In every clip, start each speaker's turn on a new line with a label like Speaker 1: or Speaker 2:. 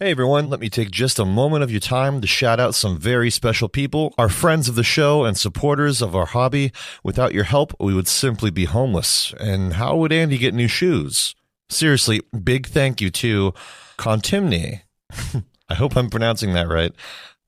Speaker 1: Hey everyone, let me take just a moment of your time to shout out some very special people, our friends of the show and supporters of our hobby. Without your help, we would simply be homeless. And how would Andy get new shoes? Seriously, big thank you to Contimni. I hope I'm pronouncing that right.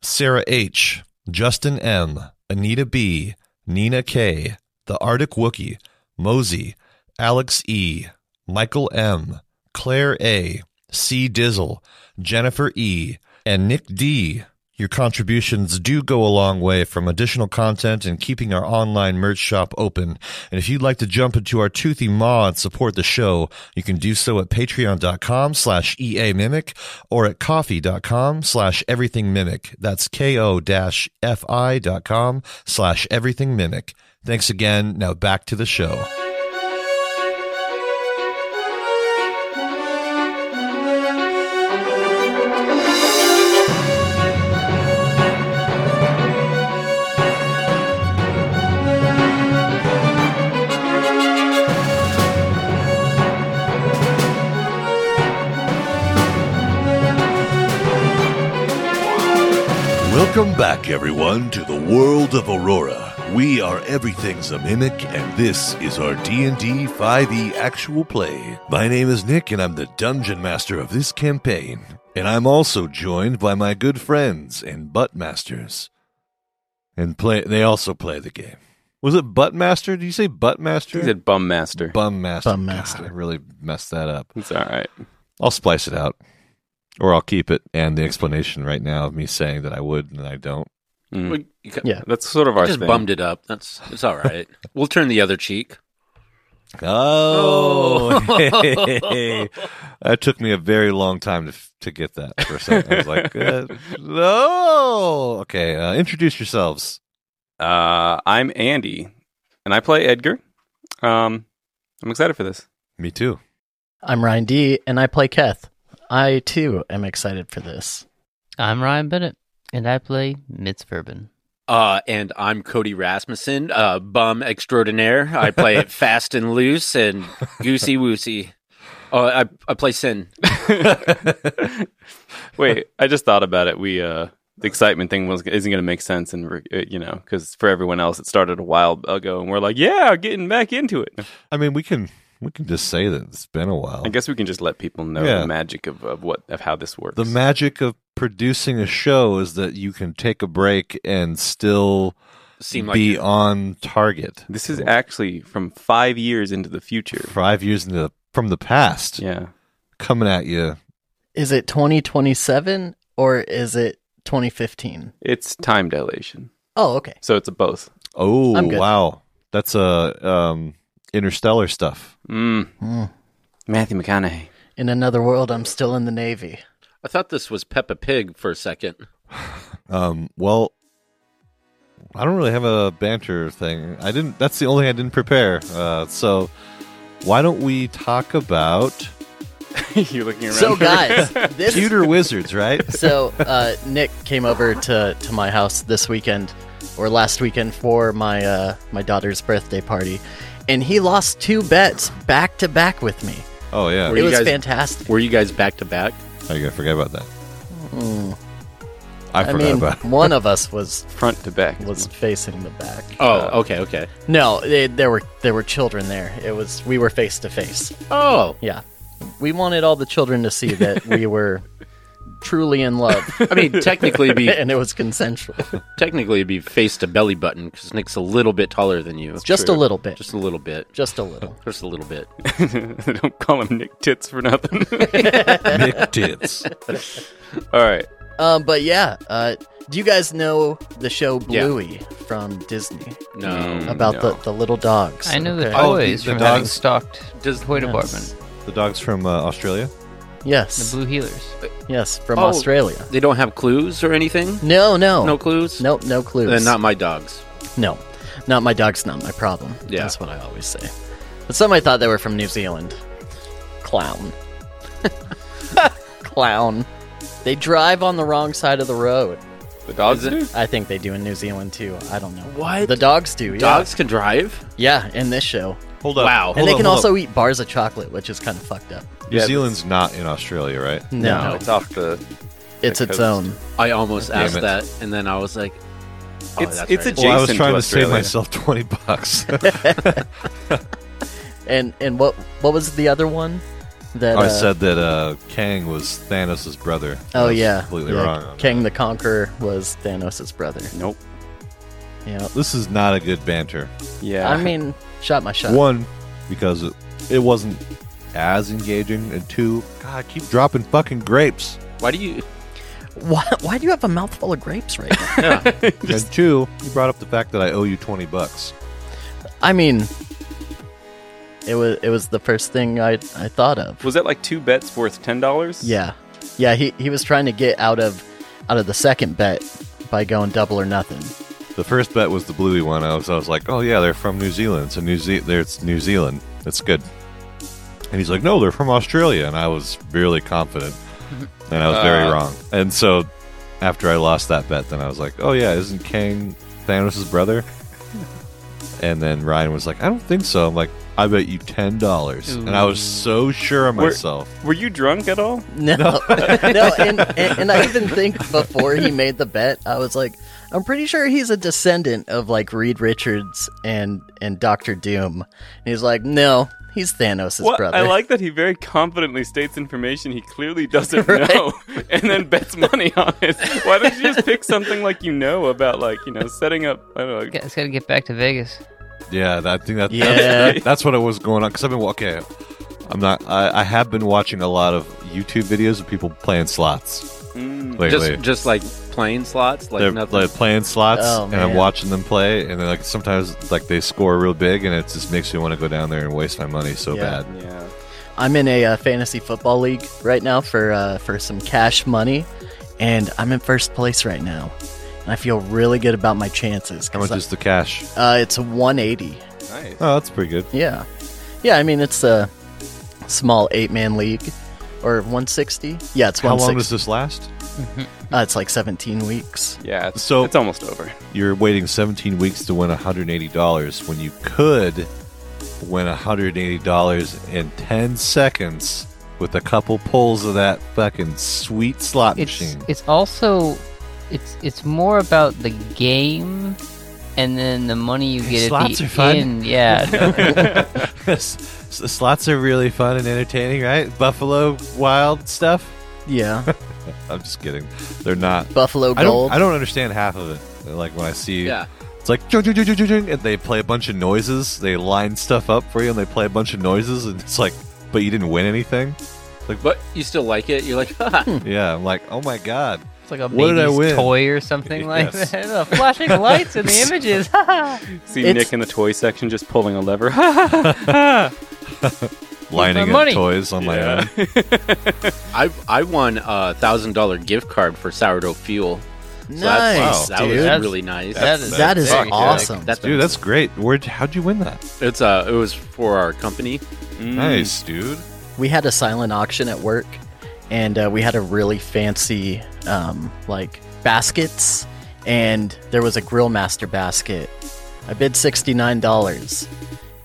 Speaker 1: Sarah H, Justin M, Anita B, Nina K, The Arctic Wookie, Mosey, Alex E, Michael M, Claire A, C Dizzle, Jennifer E, and Nick D. Your contributions do go a long way from additional content and keeping our online merch shop open. And if you'd like to jump into our toothy maw and support the show, you can do so at patreon.com slash EA Mimic or at coffee.com slash everything mimic. That's ko-fi.com slash everything mimic. Thanks again. Now back to the show.
Speaker 2: Welcome back, everyone, to the world of Aurora. We are Everything's a Mimic, and this is our D&D 5e E actual play. My name is Nick, and I'm the Dungeon Master of this campaign. And I'm also joined by my good friends and Butt Masters. And play, they also play the game. Was it Butt Master? Did you say Butt Master?
Speaker 3: He said bum master.
Speaker 1: Bum Master.
Speaker 4: Bum Master.
Speaker 1: God, I really messed that up.
Speaker 3: It's all right.
Speaker 1: I'll splice it out, or I'll keep it and the explanation right now of me saying that I would and I don't.
Speaker 3: Mm.
Speaker 5: We you ca-
Speaker 4: Yeah.
Speaker 3: That's sort of our
Speaker 5: just
Speaker 3: thing.
Speaker 5: bummed it up. That's it's all right. we'll turn the other cheek.
Speaker 1: Oh,
Speaker 5: Oh.
Speaker 1: hey. that took me a very long time to f- to get that for a second. I was like, uh, no. Okay, uh, introduce yourselves.
Speaker 3: Uh, I'm Andy, and I play Edgar. Um, I'm excited for this.
Speaker 1: Me too.
Speaker 4: I'm Ryan D, and I play Keth. I too am excited for this.
Speaker 6: I'm Ryan Bennett, and I play Mitz Verbin.
Speaker 5: Uh, and I'm Cody Rasmussen, uh, bum extraordinaire. I play it fast and loose and goosey woosey. Oh, I I play Sin.
Speaker 3: Wait, I just thought about it. We uh, the excitement thing was isn't going to make sense, and we're- uh, you know, because for everyone else, it started a while ago, and we're like, yeah, getting back into it.
Speaker 1: I mean, we can we can just say that it's been a while.
Speaker 3: I guess we can just let people know
Speaker 1: Yeah.
Speaker 3: the magic of, of what of how this works.
Speaker 1: the magic of producing a show is that you can take a break and still
Speaker 5: Seem like
Speaker 1: be on target.
Speaker 3: this is actually from five years into the future.
Speaker 1: Five years into the, from the past,
Speaker 3: Yeah,
Speaker 1: coming at you.
Speaker 4: Is it 2027 or is it 2015?
Speaker 3: it's time dilation,
Speaker 4: Oh, okay.
Speaker 3: so it's a both.
Speaker 1: Oh
Speaker 4: I'm good.
Speaker 1: wow, that's a um, interstellar stuff.
Speaker 3: Mm.
Speaker 4: Mm.
Speaker 3: Matthew McConaughey.
Speaker 4: In another world, I'm still in the Navy.
Speaker 5: I thought this was Peppa Pig for a second.
Speaker 1: Um, well, I don't really have a banter thing. I didn't. That's the only thing I didn't prepare. Uh, so why don't we talk about
Speaker 3: You're looking around.
Speaker 4: So, guys, this
Speaker 1: computer wizards, right?
Speaker 4: so uh, Nick came over to, to my house this weekend or last weekend for my uh, my daughter's birthday party, and he lost two bets back to back with me.
Speaker 1: Oh yeah,
Speaker 5: Were
Speaker 4: It
Speaker 5: you
Speaker 4: was
Speaker 5: guys-
Speaker 4: fantastic.
Speaker 5: Were you guys back to back?
Speaker 1: How you gonna forget about that? I
Speaker 4: Mm. I
Speaker 1: forgot
Speaker 4: mean,
Speaker 1: about.
Speaker 4: one of us was
Speaker 3: front to back.
Speaker 4: was facing the back.
Speaker 5: Oh, okay, okay.
Speaker 4: No, they, there were there were children there. It was we were face to face.
Speaker 5: Oh,
Speaker 4: Yeah, we wanted all the children to see that we were truly in love,
Speaker 5: I mean, technically it'd be
Speaker 4: and it was consensual,
Speaker 5: technically it'd be face to belly button because Nick's a little bit taller than you.
Speaker 4: just a little bit, just,
Speaker 5: just a little bit,
Speaker 4: a little.
Speaker 5: just a little bit.
Speaker 3: Don't call him Nick Tits for nothing.
Speaker 1: that. Nick tits.
Speaker 3: All right.
Speaker 4: Um, but yeah, uh, do you guys know the show
Speaker 5: Yeah.
Speaker 4: Bluey from Disney
Speaker 5: No.
Speaker 3: Mm.
Speaker 4: about
Speaker 3: no.
Speaker 4: the, the little dogs?
Speaker 6: I know the
Speaker 1: Oh, the-
Speaker 6: toys
Speaker 1: the
Speaker 6: from having
Speaker 1: dogs.
Speaker 6: stalked
Speaker 5: Does-
Speaker 6: toy
Speaker 4: Yes.
Speaker 6: department,
Speaker 1: The dogs from uh, Australia.
Speaker 6: the
Speaker 4: Yes,
Speaker 6: Blue Healers.
Speaker 4: yes, from
Speaker 5: Oh.
Speaker 4: Australia.
Speaker 5: They don't have clues or anything?
Speaker 4: No, no,
Speaker 5: No clues?
Speaker 4: no, no clues.
Speaker 5: Then Uh, not my dogs.
Speaker 4: No, not my dog's not my problem.
Speaker 5: Yeah.
Speaker 4: That's what I always say. But somebody thought they were from New Zealand. Clown. Clown. They drive on the wrong side of the road.
Speaker 3: The dogs.
Speaker 5: Is it-
Speaker 3: do?
Speaker 4: I think they do in New Zealand too. I don't know.
Speaker 5: What?
Speaker 4: The dogs do. Yeah.
Speaker 5: Dogs can drive?
Speaker 4: Yeah, in this show.
Speaker 1: Hold up.
Speaker 5: Wow.
Speaker 1: Hold
Speaker 4: and they
Speaker 1: up,
Speaker 4: can
Speaker 1: hold
Speaker 4: also
Speaker 1: up.
Speaker 4: eat bars of chocolate, which is kind of fucked up.
Speaker 1: New
Speaker 3: Yeah,
Speaker 1: Zealand's not in Australia, right?
Speaker 4: Mm.
Speaker 3: No, it's off the.
Speaker 4: it's its
Speaker 3: coast.
Speaker 4: own.
Speaker 5: I almost
Speaker 1: Damn
Speaker 5: asked
Speaker 1: it.
Speaker 5: that, and then I was like, oh,
Speaker 3: It's-
Speaker 5: that's
Speaker 3: it's
Speaker 5: right.
Speaker 3: a-
Speaker 1: Well, I was
Speaker 3: Jason
Speaker 1: trying
Speaker 3: to
Speaker 1: to save
Speaker 3: Australia.
Speaker 1: myself twenty bucks.
Speaker 4: And and what what was the other one? That
Speaker 1: I
Speaker 4: uh,
Speaker 1: said that uh, Kang was Thanos' brother. I
Speaker 4: Oh
Speaker 1: was
Speaker 4: yeah,
Speaker 1: completely
Speaker 4: yeah,
Speaker 1: wrong. on
Speaker 4: King the Conqueror was Thanos' brother.
Speaker 3: Nope.
Speaker 4: Yeah,
Speaker 1: that. This is not a good banter.
Speaker 3: Yeah.
Speaker 4: I mean, shot my shot.
Speaker 1: One, because it, it wasn't as engaging, and two, God, I keep dropping fucking grapes.
Speaker 5: Why do you?
Speaker 4: Why, why do you have a mouthful of grapes right now?
Speaker 1: and two, you brought up the fact that I owe you twenty bucks.
Speaker 4: I mean, it was it was the first thing I I thought of.
Speaker 3: was that like two bets worth ten dollars?
Speaker 4: Yeah, yeah. He he was trying to get out of out of the second bet by going double or nothing.
Speaker 1: The first bet was the bluey one. I was, I was like, oh yeah, they're from New Zealand. So New Ze- there's New Zealand. That's good. And he's like, no, they're from Australia. And I was really confident, and I was very
Speaker 3: Uh.
Speaker 1: wrong. And so after I lost that bet, then I was like, oh yeah, isn't Kang Thanos' brother? And then Ryan was like, I don't think so. I'm like, I bet you ten dollars, and I was so sure of
Speaker 3: We're-
Speaker 1: myself.
Speaker 3: Were you drunk at all?
Speaker 4: No, no, and, and, and I even think before he made the bet, I was like, I'm pretty sure he's a descendant of like Reed Richards and and Doctor Doom. And he's like, no, he's Thanos'
Speaker 3: Well,
Speaker 4: brother.
Speaker 3: I like that he very confidently states information he clearly doesn't know, and then bets money on it. Why don't you just pick something like you know about, like you know, setting up? I don't know.
Speaker 6: Guys gotta get back to Vegas.
Speaker 1: Yeah, that- I think that,
Speaker 4: Yeah.
Speaker 1: that's, that's what it was going on. Because I've been okay. I'm not. I, I have been watching a lot of YouTube videos of people playing slots
Speaker 3: Mm.
Speaker 1: lately.
Speaker 5: Just, just like plain slots, like
Speaker 1: they're
Speaker 5: nothing.
Speaker 1: like, playing slots,
Speaker 4: Oh,
Speaker 1: and I'm
Speaker 4: man.
Speaker 1: watching them play. And then like sometimes like they score real big, and it just makes me want to go down there and waste my money so
Speaker 4: Yeah.
Speaker 1: bad.
Speaker 3: Yeah.
Speaker 4: I'm in a uh, fantasy football league right now for uh, for some cash money, and I'm in first place right now. And I feel really good about my chances.
Speaker 1: How
Speaker 4: 'cause
Speaker 1: much is the cash?
Speaker 4: I- uh, it's 180.
Speaker 3: Nice.
Speaker 1: Oh, that's pretty good.
Speaker 4: Yeah, yeah. I mean, it's a small eight man league, or 160. Yeah, it's
Speaker 1: How long does
Speaker 4: 160.
Speaker 1: this last?
Speaker 4: uh, it's like 17 weeks.
Speaker 3: Yeah. It's,
Speaker 1: So-
Speaker 3: it's almost over.
Speaker 1: You're waiting 17 weeks to win 180 dollars when you could win 180 dollars in 10 seconds with a couple pulls of that fucking sweet slot
Speaker 6: It's
Speaker 1: machine.
Speaker 6: it's also it's it's more about the game and then the money you get
Speaker 1: slots are
Speaker 6: at the
Speaker 1: fun.
Speaker 6: end. Yeah. no,
Speaker 1: S- the slots are really fun and entertaining, right? Buffalo Wild stuff.
Speaker 4: Yeah,
Speaker 1: I'm just kidding. They're not.
Speaker 4: Buffalo
Speaker 1: I
Speaker 4: Gold.
Speaker 1: don't. I don't understand half of it. Like when I see,
Speaker 5: Yeah.
Speaker 1: it's like "Chung, chung, chung, chung, chung, chung," and they play a bunch of noises. They line stuff up for you, and they play a bunch of noises, and it's like, but you didn't win anything.
Speaker 5: But you still like it. You're like, "Ah." "Ha,
Speaker 1: Yeah, I'm like, oh my god.
Speaker 6: it's like a
Speaker 1: What did I
Speaker 6: baby's
Speaker 1: win?
Speaker 6: toy or something like
Speaker 1: Yes.
Speaker 6: that. The flashing lights and the images.
Speaker 3: See
Speaker 4: It's-
Speaker 3: Nick in the toy section just pulling a lever.
Speaker 1: Lining up
Speaker 6: money.
Speaker 1: toys on my
Speaker 3: Yeah.
Speaker 1: own.
Speaker 5: I I won a thousand dollar gift card for sourdough fuel. So that's-
Speaker 4: nice,
Speaker 5: that
Speaker 4: dude.
Speaker 5: was
Speaker 6: That's-
Speaker 5: really nice.
Speaker 6: that is
Speaker 4: that is
Speaker 6: very good.
Speaker 4: awesome.
Speaker 5: That's
Speaker 1: Dude, that's great. Where? How'd you win that?
Speaker 5: it's uh, it was for our company.
Speaker 3: Mm.
Speaker 1: Nice, dude.
Speaker 4: we had a silent auction at work and uh, we had a really fancy um, like baskets and there was a grill master basket i bid $69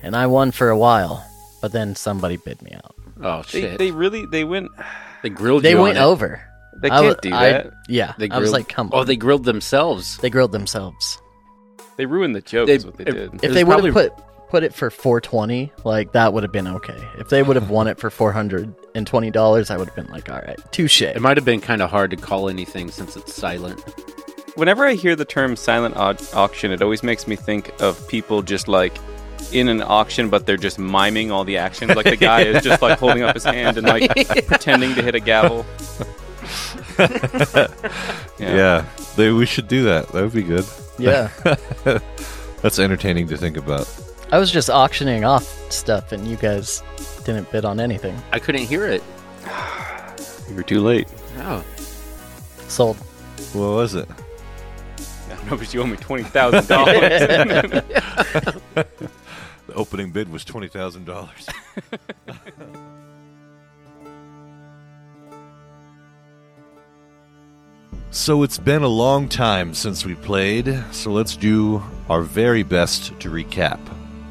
Speaker 4: and i won for a while but then somebody bid me out
Speaker 5: Oh
Speaker 3: They,
Speaker 5: shit!
Speaker 3: they
Speaker 5: They,
Speaker 3: really they went.
Speaker 5: grilled.
Speaker 4: they
Speaker 5: you
Speaker 4: went
Speaker 5: on it.
Speaker 4: over
Speaker 3: They
Speaker 4: I
Speaker 3: can't
Speaker 4: wa-
Speaker 3: do
Speaker 4: I-
Speaker 3: that.
Speaker 4: yeah
Speaker 5: They
Speaker 4: i was
Speaker 5: grilled-
Speaker 4: like come on
Speaker 5: Oh, they grilled themselves.
Speaker 4: they grilled themselves
Speaker 3: They ruined the joke.
Speaker 5: They-
Speaker 3: is what they
Speaker 5: if-
Speaker 3: did.
Speaker 5: It
Speaker 4: if
Speaker 5: was
Speaker 4: they would
Speaker 5: probably-
Speaker 4: have put put it for 420 like that would have been okay if they would have won it for $420 i would have been like all right touche
Speaker 5: It might have been kind of hard to call anything since it's silent.
Speaker 3: Whenever I hear the term silent au- auction, it always makes me think of people just like in an auction, but they're just miming all the actions. Like the guy is just like holding up his hand and like pretending to hit a gavel.
Speaker 1: Yeah, They, we should do that. That would be good.
Speaker 4: yeah
Speaker 1: That's entertaining to think about.
Speaker 4: I was just auctioning off stuff, and you guys didn't bid on anything.
Speaker 5: I couldn't hear it.
Speaker 3: you were too late.
Speaker 5: Oh,
Speaker 4: Sold.
Speaker 1: What was it?
Speaker 3: I don't know, but you owe me twenty thousand dollars.
Speaker 1: The opening bid was twenty thousand dollars. So it's been a long time since we played, so let's do our very best to recap.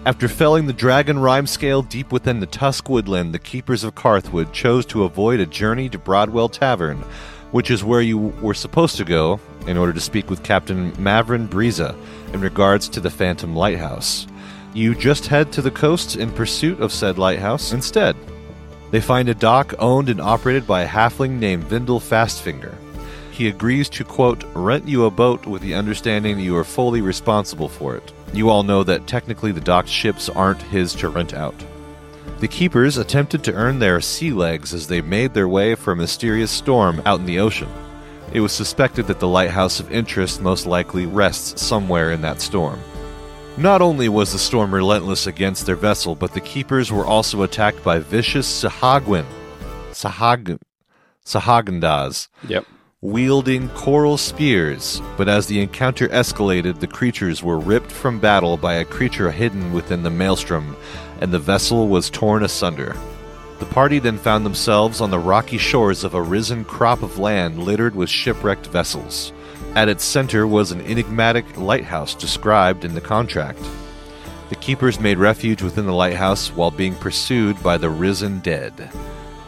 Speaker 1: After felling the dragon rhyme scale deep within the Tusk woodland, the keepers of Carthwood chose to avoid a journey to Broadwell Tavern, which is where you were supposed to go in order to speak with Captain Mavrin Breza in regards to the Phantom Lighthouse. You just head to the coast in pursuit of said lighthouse instead. They find a dock owned and operated by a halfling named Vindel Fastfinger. He agrees to, quote, rent you a boat with the understanding that you are fully responsible for it. You all know that technically the docked ships aren't his to rent out. The keepers attempted to earn their sea legs as they made their way for a mysterious storm out in the ocean. It was suspected that the lighthouse of interest most likely rests somewhere in that storm. Not only was the storm relentless against their vessel, but the keepers were also attacked by vicious Sahagwin, Sahag, Sahagandas,
Speaker 3: Yep.
Speaker 1: wielding coral spears, but as the encounter escalated, the creatures were ripped from battle by a creature hidden within the maelstrom, and the vessel was torn asunder. The party then found themselves on the rocky shores of a risen crop of land littered with shipwrecked vessels. At its center was an enigmatic lighthouse described in the contract. The keepers made refuge within the lighthouse while being pursued by the risen dead.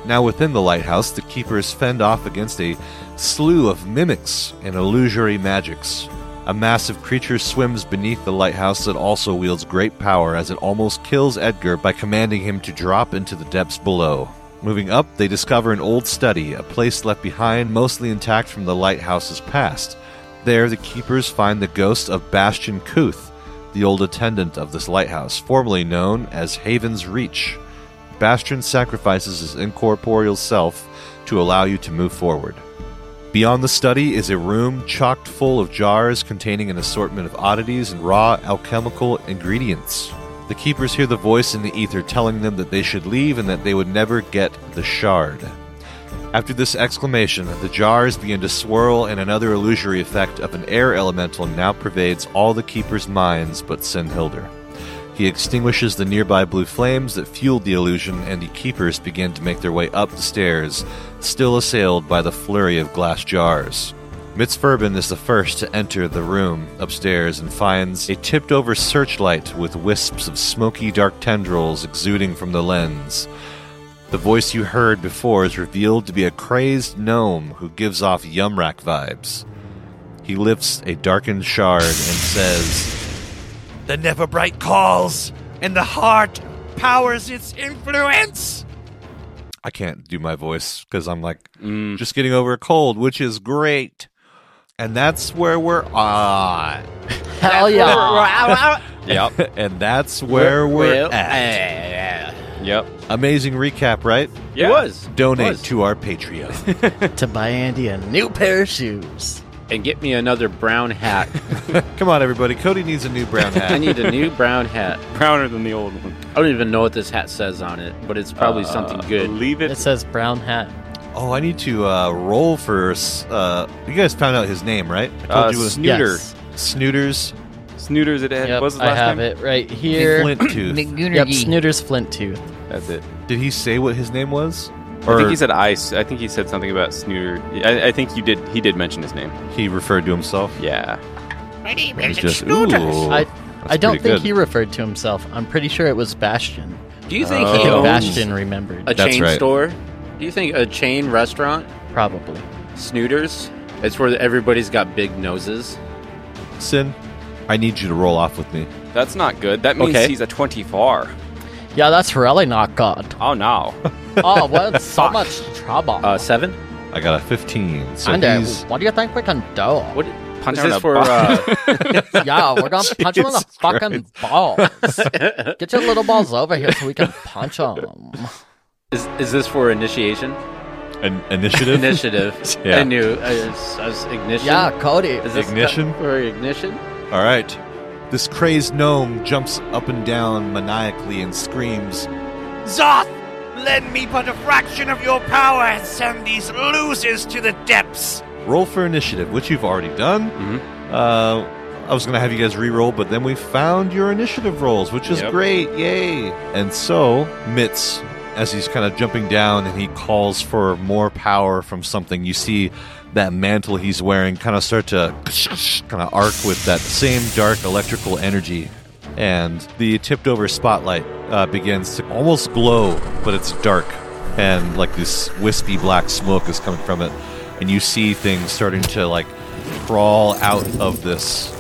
Speaker 1: Now within the lighthouse, the keepers fend off against a slew of mimics and illusory magics. A massive creature swims beneath the lighthouse that also wields great power as it almost kills Edgar by commanding him to drop into the depths below. Moving up, they discover an old study, a place left behind mostly intact from the lighthouse's past. There, the keepers find the ghost of Bastion Kuth, the old attendant of this lighthouse, formerly known as Haven's Reach. Bastion sacrifices his incorporeal self to allow you to move forward. Beyond the study is a room chocked full of jars containing an assortment of oddities and raw alchemical ingredients. The keepers hear the voice in the ether telling them that they should leave and that they would never get the shard. After this exclamation, the jars begin to swirl, and another illusory effect of an air elemental now pervades all the keepers' minds but Sinhilder. He extinguishes the nearby blue flames that fueled the illusion, and the keepers begin to make their way up the stairs, still assailed by the flurry of glass jars. Mitzferben is the first to enter the room upstairs and finds a tipped over searchlight with wisps of smoky dark tendrils exuding from the lens. The voice you heard before is revealed to be a crazed gnome who gives off Yumrak vibes. He lifts a darkened shard and says, the Neverbright calls, and the heart powers its influence. I can't do my voice because I'm like
Speaker 3: Mm.
Speaker 1: just getting over a cold, which is great. And that's where we're at.
Speaker 4: Hell yeah.
Speaker 3: Yep.
Speaker 1: and that's where we're,
Speaker 5: Well,
Speaker 1: at.
Speaker 3: Yep.
Speaker 1: Amazing recap, right?
Speaker 3: Yeah.
Speaker 5: It was.
Speaker 1: Donate
Speaker 5: Was.
Speaker 1: to our Patreon.
Speaker 4: to buy Andy a new pair of shoes.
Speaker 5: And get me another brown hat.
Speaker 1: Come on, everybody. Cody needs a new brown
Speaker 5: I
Speaker 1: hat.
Speaker 5: need a new brown hat.
Speaker 3: Browner than the old one.
Speaker 5: I don't even know what this hat says on it, but it's probably something
Speaker 3: Uh,
Speaker 5: good.
Speaker 3: Leave it.
Speaker 4: It says brown hat.
Speaker 1: oh, I need to uh, roll for. s- Uh, you guys found out his name, right? I told
Speaker 3: Uh,
Speaker 1: you it was
Speaker 3: Snooter.
Speaker 4: Yes.
Speaker 1: Snooters
Speaker 3: Snooters. It had,
Speaker 4: Yep,
Speaker 3: was the
Speaker 4: I
Speaker 3: last
Speaker 4: have
Speaker 3: name?
Speaker 4: it right here.
Speaker 1: Flint Tooth.
Speaker 4: Yep,
Speaker 6: McGoonergy.
Speaker 4: Snooter's Flint Tooth.
Speaker 3: That's it.
Speaker 1: Did he say what his name was?
Speaker 3: I think he said ice. I think he said something about Snooter. I, I think you did. He did mention his name.
Speaker 1: he referred to himself.
Speaker 3: Yeah.
Speaker 1: He's just, ooh,
Speaker 4: I,
Speaker 1: that's
Speaker 4: I don't
Speaker 1: pretty
Speaker 4: think
Speaker 1: good.
Speaker 4: he referred to himself. I'm pretty sure it was Bastion.
Speaker 5: Do you think
Speaker 3: Oh.
Speaker 4: I
Speaker 5: he
Speaker 4: think
Speaker 5: owns
Speaker 4: Bastion remembered.
Speaker 5: a
Speaker 1: That's
Speaker 5: chain
Speaker 1: right.
Speaker 5: store? Do you think a chain restaurant?
Speaker 4: probably.
Speaker 5: Snooters? It's where everybody's got big noses.
Speaker 1: Sin, I need you to roll off with me.
Speaker 3: That's not good. That means
Speaker 5: Okay.
Speaker 3: he's a 24.
Speaker 4: Yeah, that's really not good.
Speaker 3: Oh, no.
Speaker 4: Oh, what? so much trouble.
Speaker 5: Uh, seven?
Speaker 1: I got a 15. So
Speaker 4: Andy,
Speaker 1: he's,
Speaker 4: what do you think we can do?
Speaker 5: What
Speaker 3: Punch him
Speaker 5: is
Speaker 3: in
Speaker 5: this
Speaker 3: the
Speaker 5: for?
Speaker 3: butt.
Speaker 5: Uh,
Speaker 4: yeah, we're gonna punch him in the
Speaker 1: Jesus
Speaker 4: fucking balls. Get your little balls over here so we can punch him.
Speaker 5: is, is this for initiation?
Speaker 1: an initiative?
Speaker 5: Initiative.
Speaker 1: Yeah.
Speaker 5: I knew. I was, I was ignition.
Speaker 4: Yeah, Cody.
Speaker 5: Is this
Speaker 1: Ignition?
Speaker 5: got- for ignition?
Speaker 1: All right. This crazed gnome jumps up and down maniacally and screams,
Speaker 7: Zoth, lend me but a fraction of your power and send these losers to the depths.
Speaker 1: roll for initiative, which you've already done.
Speaker 4: Mm-hmm.
Speaker 1: Uh, I was going to have you guys re-roll, but then we found your initiative rolls, which is
Speaker 3: Yep.
Speaker 1: great. Yay. And so, Mitz, as he's kind of jumping down and he calls for more power from something, you see that mantle he's wearing kind of start to kind of arc with that same dark electrical energy. and the tipped over spotlight uh, begins to almost glow, but it's dark, and like this wispy black smoke is coming from it, and you see things starting to like crawl out of this.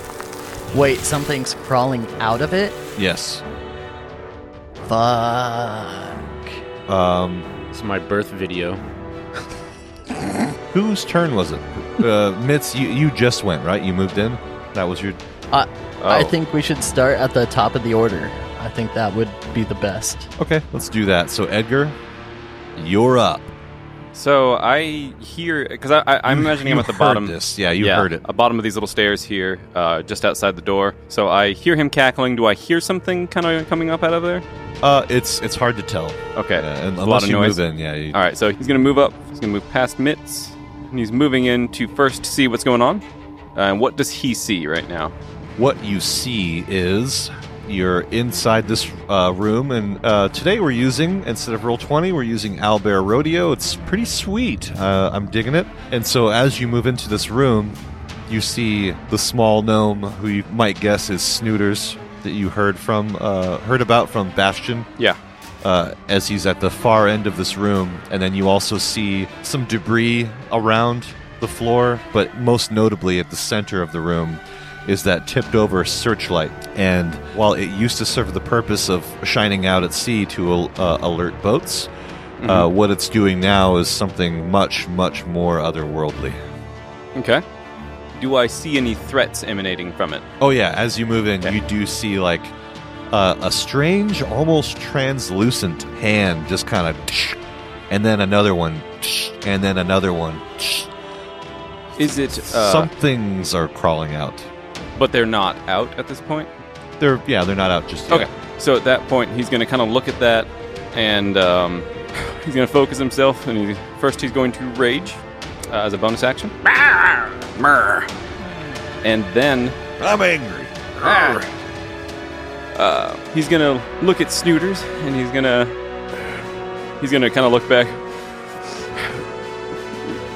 Speaker 4: Wait, something's crawling out of it?
Speaker 1: Yes.
Speaker 4: Fuck.
Speaker 1: Um,
Speaker 5: It's my birth video.
Speaker 1: whose turn was it? Uh, Mitz, you, you just went right. You moved in. That was your.
Speaker 4: I, Uh, I
Speaker 1: Oh.
Speaker 4: think we should start at the top of the order. I think that would be the best.
Speaker 1: Okay, let's do that. So Edgar, you're up.
Speaker 3: So I hear because I, I, I'm
Speaker 1: You-
Speaker 3: imagining
Speaker 1: you
Speaker 3: I'm at the
Speaker 1: heard
Speaker 3: bottom.
Speaker 1: This. Yeah, you
Speaker 3: yeah,
Speaker 1: heard it.
Speaker 3: A bottom of these little stairs here, uh, just outside the door. So I hear him cackling. Do I hear something kind of coming up out of there?
Speaker 1: Uh, it's it's hard to tell.
Speaker 3: Okay.
Speaker 1: Yeah, and
Speaker 3: a
Speaker 1: unless
Speaker 3: lot of
Speaker 1: you
Speaker 3: noise.
Speaker 1: move in, yeah. You,
Speaker 3: All right, so he's going to move up. He's going to move past Mitts, and he's moving in to first see what's going on. Uh, and what does he see right now?
Speaker 1: What you see is you're inside this uh, room, and uh, today we're using instead of roll twenty, we're using Albert Rodeo. It's pretty sweet. Uh, I'm digging it. And so as you move into this room, you see the small gnome who you might guess is Snooters that you heard from uh, heard about from Bastion
Speaker 3: Yeah.
Speaker 1: uh, as he's at the far end of this room. And then you also see some debris around the floor, but most notably at the center of the room is that tipped over searchlight. And while it used to serve the purpose of shining out at sea to al- uh, alert boats, uh,
Speaker 3: Mm-hmm.
Speaker 1: what it's doing now is something much, much more otherworldly.
Speaker 3: Okay. Do I see any threats emanating from it?
Speaker 1: Oh yeah, as you move in,
Speaker 3: Okay.
Speaker 1: you do see like uh, a strange, almost translucent hand just kind of, and then another one, and then another one.
Speaker 3: Is it? Uh,
Speaker 1: Some things are crawling out.
Speaker 3: But they're not out at this point.
Speaker 1: They're yeah, they're not out just yet.
Speaker 3: Okay. So at that point, he's going to kind of look at that, and um, he's going to focus himself. And he, first, he's going to rage uh, as a bonus action,
Speaker 8: Myrrh.
Speaker 3: and then Ah.
Speaker 2: I'm angry.
Speaker 3: uh, he's gonna look at Snooters and he's gonna he's gonna kind of look back.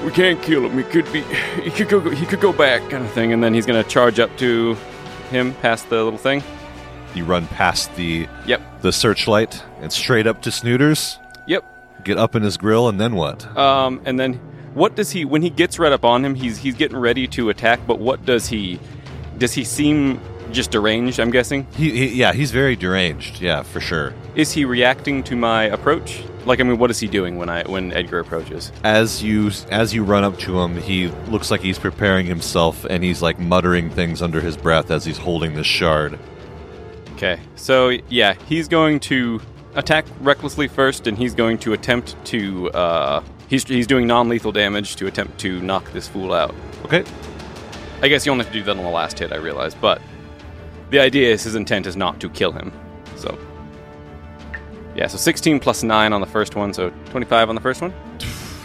Speaker 3: We can't kill him. He could be he could go he could go back kind of thing. And then he's gonna charge up to him past the little thing.
Speaker 1: You run past the
Speaker 3: Yep,
Speaker 1: the searchlight and straight up to Snooters.
Speaker 3: yep.
Speaker 1: Get up in his grill, and then what?
Speaker 3: Um, and then what does he when he gets right up on him? He's he's getting ready to attack. But what does he does he seem just deranged? I'm guessing.
Speaker 1: He, he yeah, he's very deranged. Yeah, for sure.
Speaker 3: Is he reacting to my approach? Like I mean, what is he doing when I when Edgar approaches?
Speaker 1: as you as you run up to him, he looks like he's preparing himself, and he's like muttering things under his breath as he's holding this shard.
Speaker 3: Okay, so yeah, he's going to attack recklessly first, and he's going to attempt to. Uh, he's, he's doing non lethal damage to attempt to knock this fool out.
Speaker 1: Okay,
Speaker 3: I guess you only have to do that on the last hit, I realize, but the idea is his intent is not to kill him. So. Yeah, so 16 plus 9 on the first one, so 25 on the first one.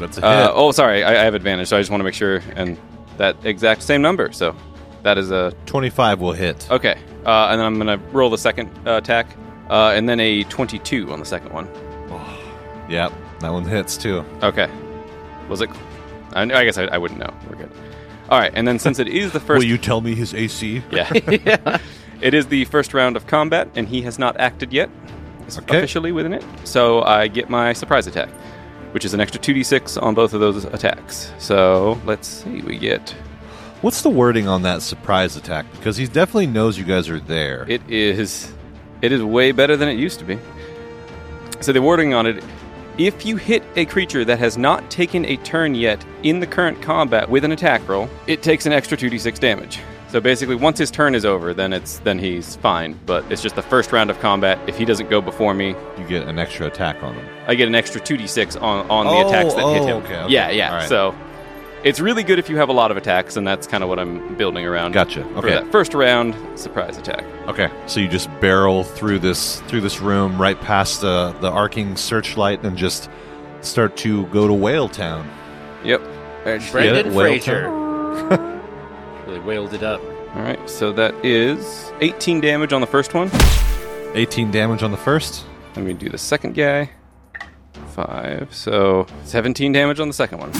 Speaker 1: that's a hit.
Speaker 3: Uh, oh, sorry, I, I have advantage, so I just want to make sure, and that exact same number, so that is a
Speaker 1: Twenty-five will hit.
Speaker 3: Okay, uh, and then I'm gonna roll the second uh, attack, uh, and then a 22 on the second one.
Speaker 1: Yep, that one hits too.
Speaker 3: Okay, was it? I, I guess I, I wouldn't know. We're good. All right, and then since it is the first,
Speaker 1: will you tell me his AC?
Speaker 3: yeah, it is the first round of combat, and he has not acted yet, It's
Speaker 1: Okay.
Speaker 3: officially within it. So I get my surprise attack, which is an extra 2d6 on both of those attacks. So let's see, we get
Speaker 1: What's the wording on that surprise attack? Because he definitely knows you guys are there.
Speaker 3: It is. It is way better than it used to be. So the wording on it: if you hit a creature that has not taken a turn yet in the current combat with an attack roll, it takes an extra two d six damage. So basically, once his turn is over, then it's then he's fine. But it's just the first round of combat. If he doesn't go before me,
Speaker 1: you get an extra attack on him.
Speaker 3: I get an extra 2d6 on, on the
Speaker 1: Oh,
Speaker 3: attacks that hit
Speaker 1: oh,
Speaker 3: him.
Speaker 1: okay, okay.
Speaker 3: Yeah, yeah.
Speaker 1: All right.
Speaker 3: So it's really good if you have a lot of attacks, and that's kind of what I'm building around.
Speaker 1: Gotcha.
Speaker 3: For
Speaker 1: Okay.
Speaker 3: that first round surprise attack.
Speaker 1: Okay, so you just barrel through this through this room, right past the the arcing searchlight, and just start to go to Whale Town.
Speaker 3: Yep.
Speaker 1: Get it?
Speaker 5: Brendan
Speaker 1: Whale
Speaker 5: Fraser.
Speaker 1: Town?
Speaker 5: Really wailed it up.
Speaker 3: All right, so that is 18 damage on the first one.
Speaker 1: 18 damage on the first.
Speaker 3: Let me do the second guy. Five, so 17 damage on the second one.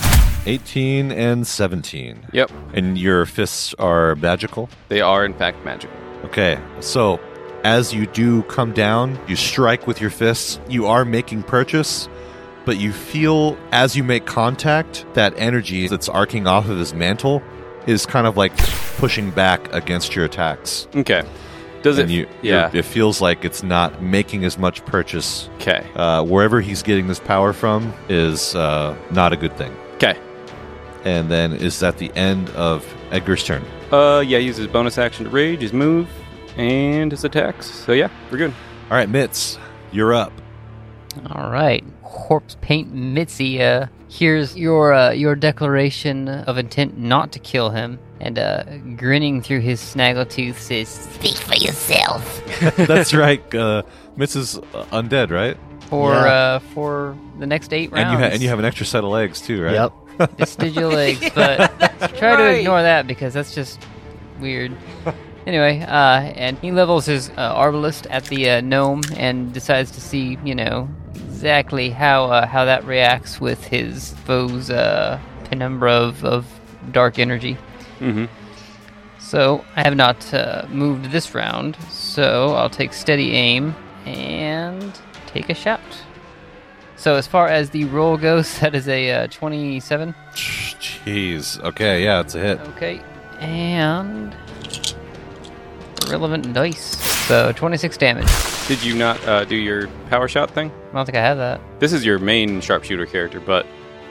Speaker 1: 18 and 17.
Speaker 3: Yep,
Speaker 1: And your fists are magical.
Speaker 3: they are in fact magic.
Speaker 1: Okay, so As you do come down, you strike with your fists. You are making purchase, but you feel as you make contact, that energy that's arcing off of his mantle is kind of like pushing back against your attacks.
Speaker 3: Okay. Does it?
Speaker 1: and you,
Speaker 3: yeah.
Speaker 1: you're- it feels like it's not making as much purchase.
Speaker 3: okay.
Speaker 1: Uh, wherever he's getting this power from is uh, not a good thing.
Speaker 3: Okay.
Speaker 1: And then is that the end of Edgar's turn?
Speaker 3: Uh, yeah. He uses bonus action to rage, his move, and his attacks. So yeah, we're good.
Speaker 1: All right, Mitz, you're up.
Speaker 6: All right, corpse paint Mitzi. Uh, here's your uh, your declaration of intent not to kill him, and uh, grinning through his snaggletooth says, "Speak for yourself."
Speaker 1: That's right. Uh, Mitz is uh, undead, right?
Speaker 6: For
Speaker 4: Yeah.
Speaker 6: uh, for the next eight rounds,
Speaker 1: And you ha- and you have an extra set of legs too, right?
Speaker 4: Yep.
Speaker 6: it's digital legs, but try to ignore that because that's just weird. Anyway, uh, and he levels his uh, arbalist at the uh, gnome and decides to see, you know, exactly how uh, how that reacts with his foe's uh, penumbra of, of dark energy.
Speaker 3: Mhm.
Speaker 6: So I have not uh, moved this round, so I'll take steady aim and take a shot. So as far as the roll goes, that is a uh, twenty-seven.
Speaker 1: Jeez. Okay. Yeah, it's a hit.
Speaker 6: Okay, and relevant dice. So 26 damage. I
Speaker 3: Did you not uh, do your power shot thing?
Speaker 6: don't think I have that.
Speaker 3: This is your main sharpshooter character, but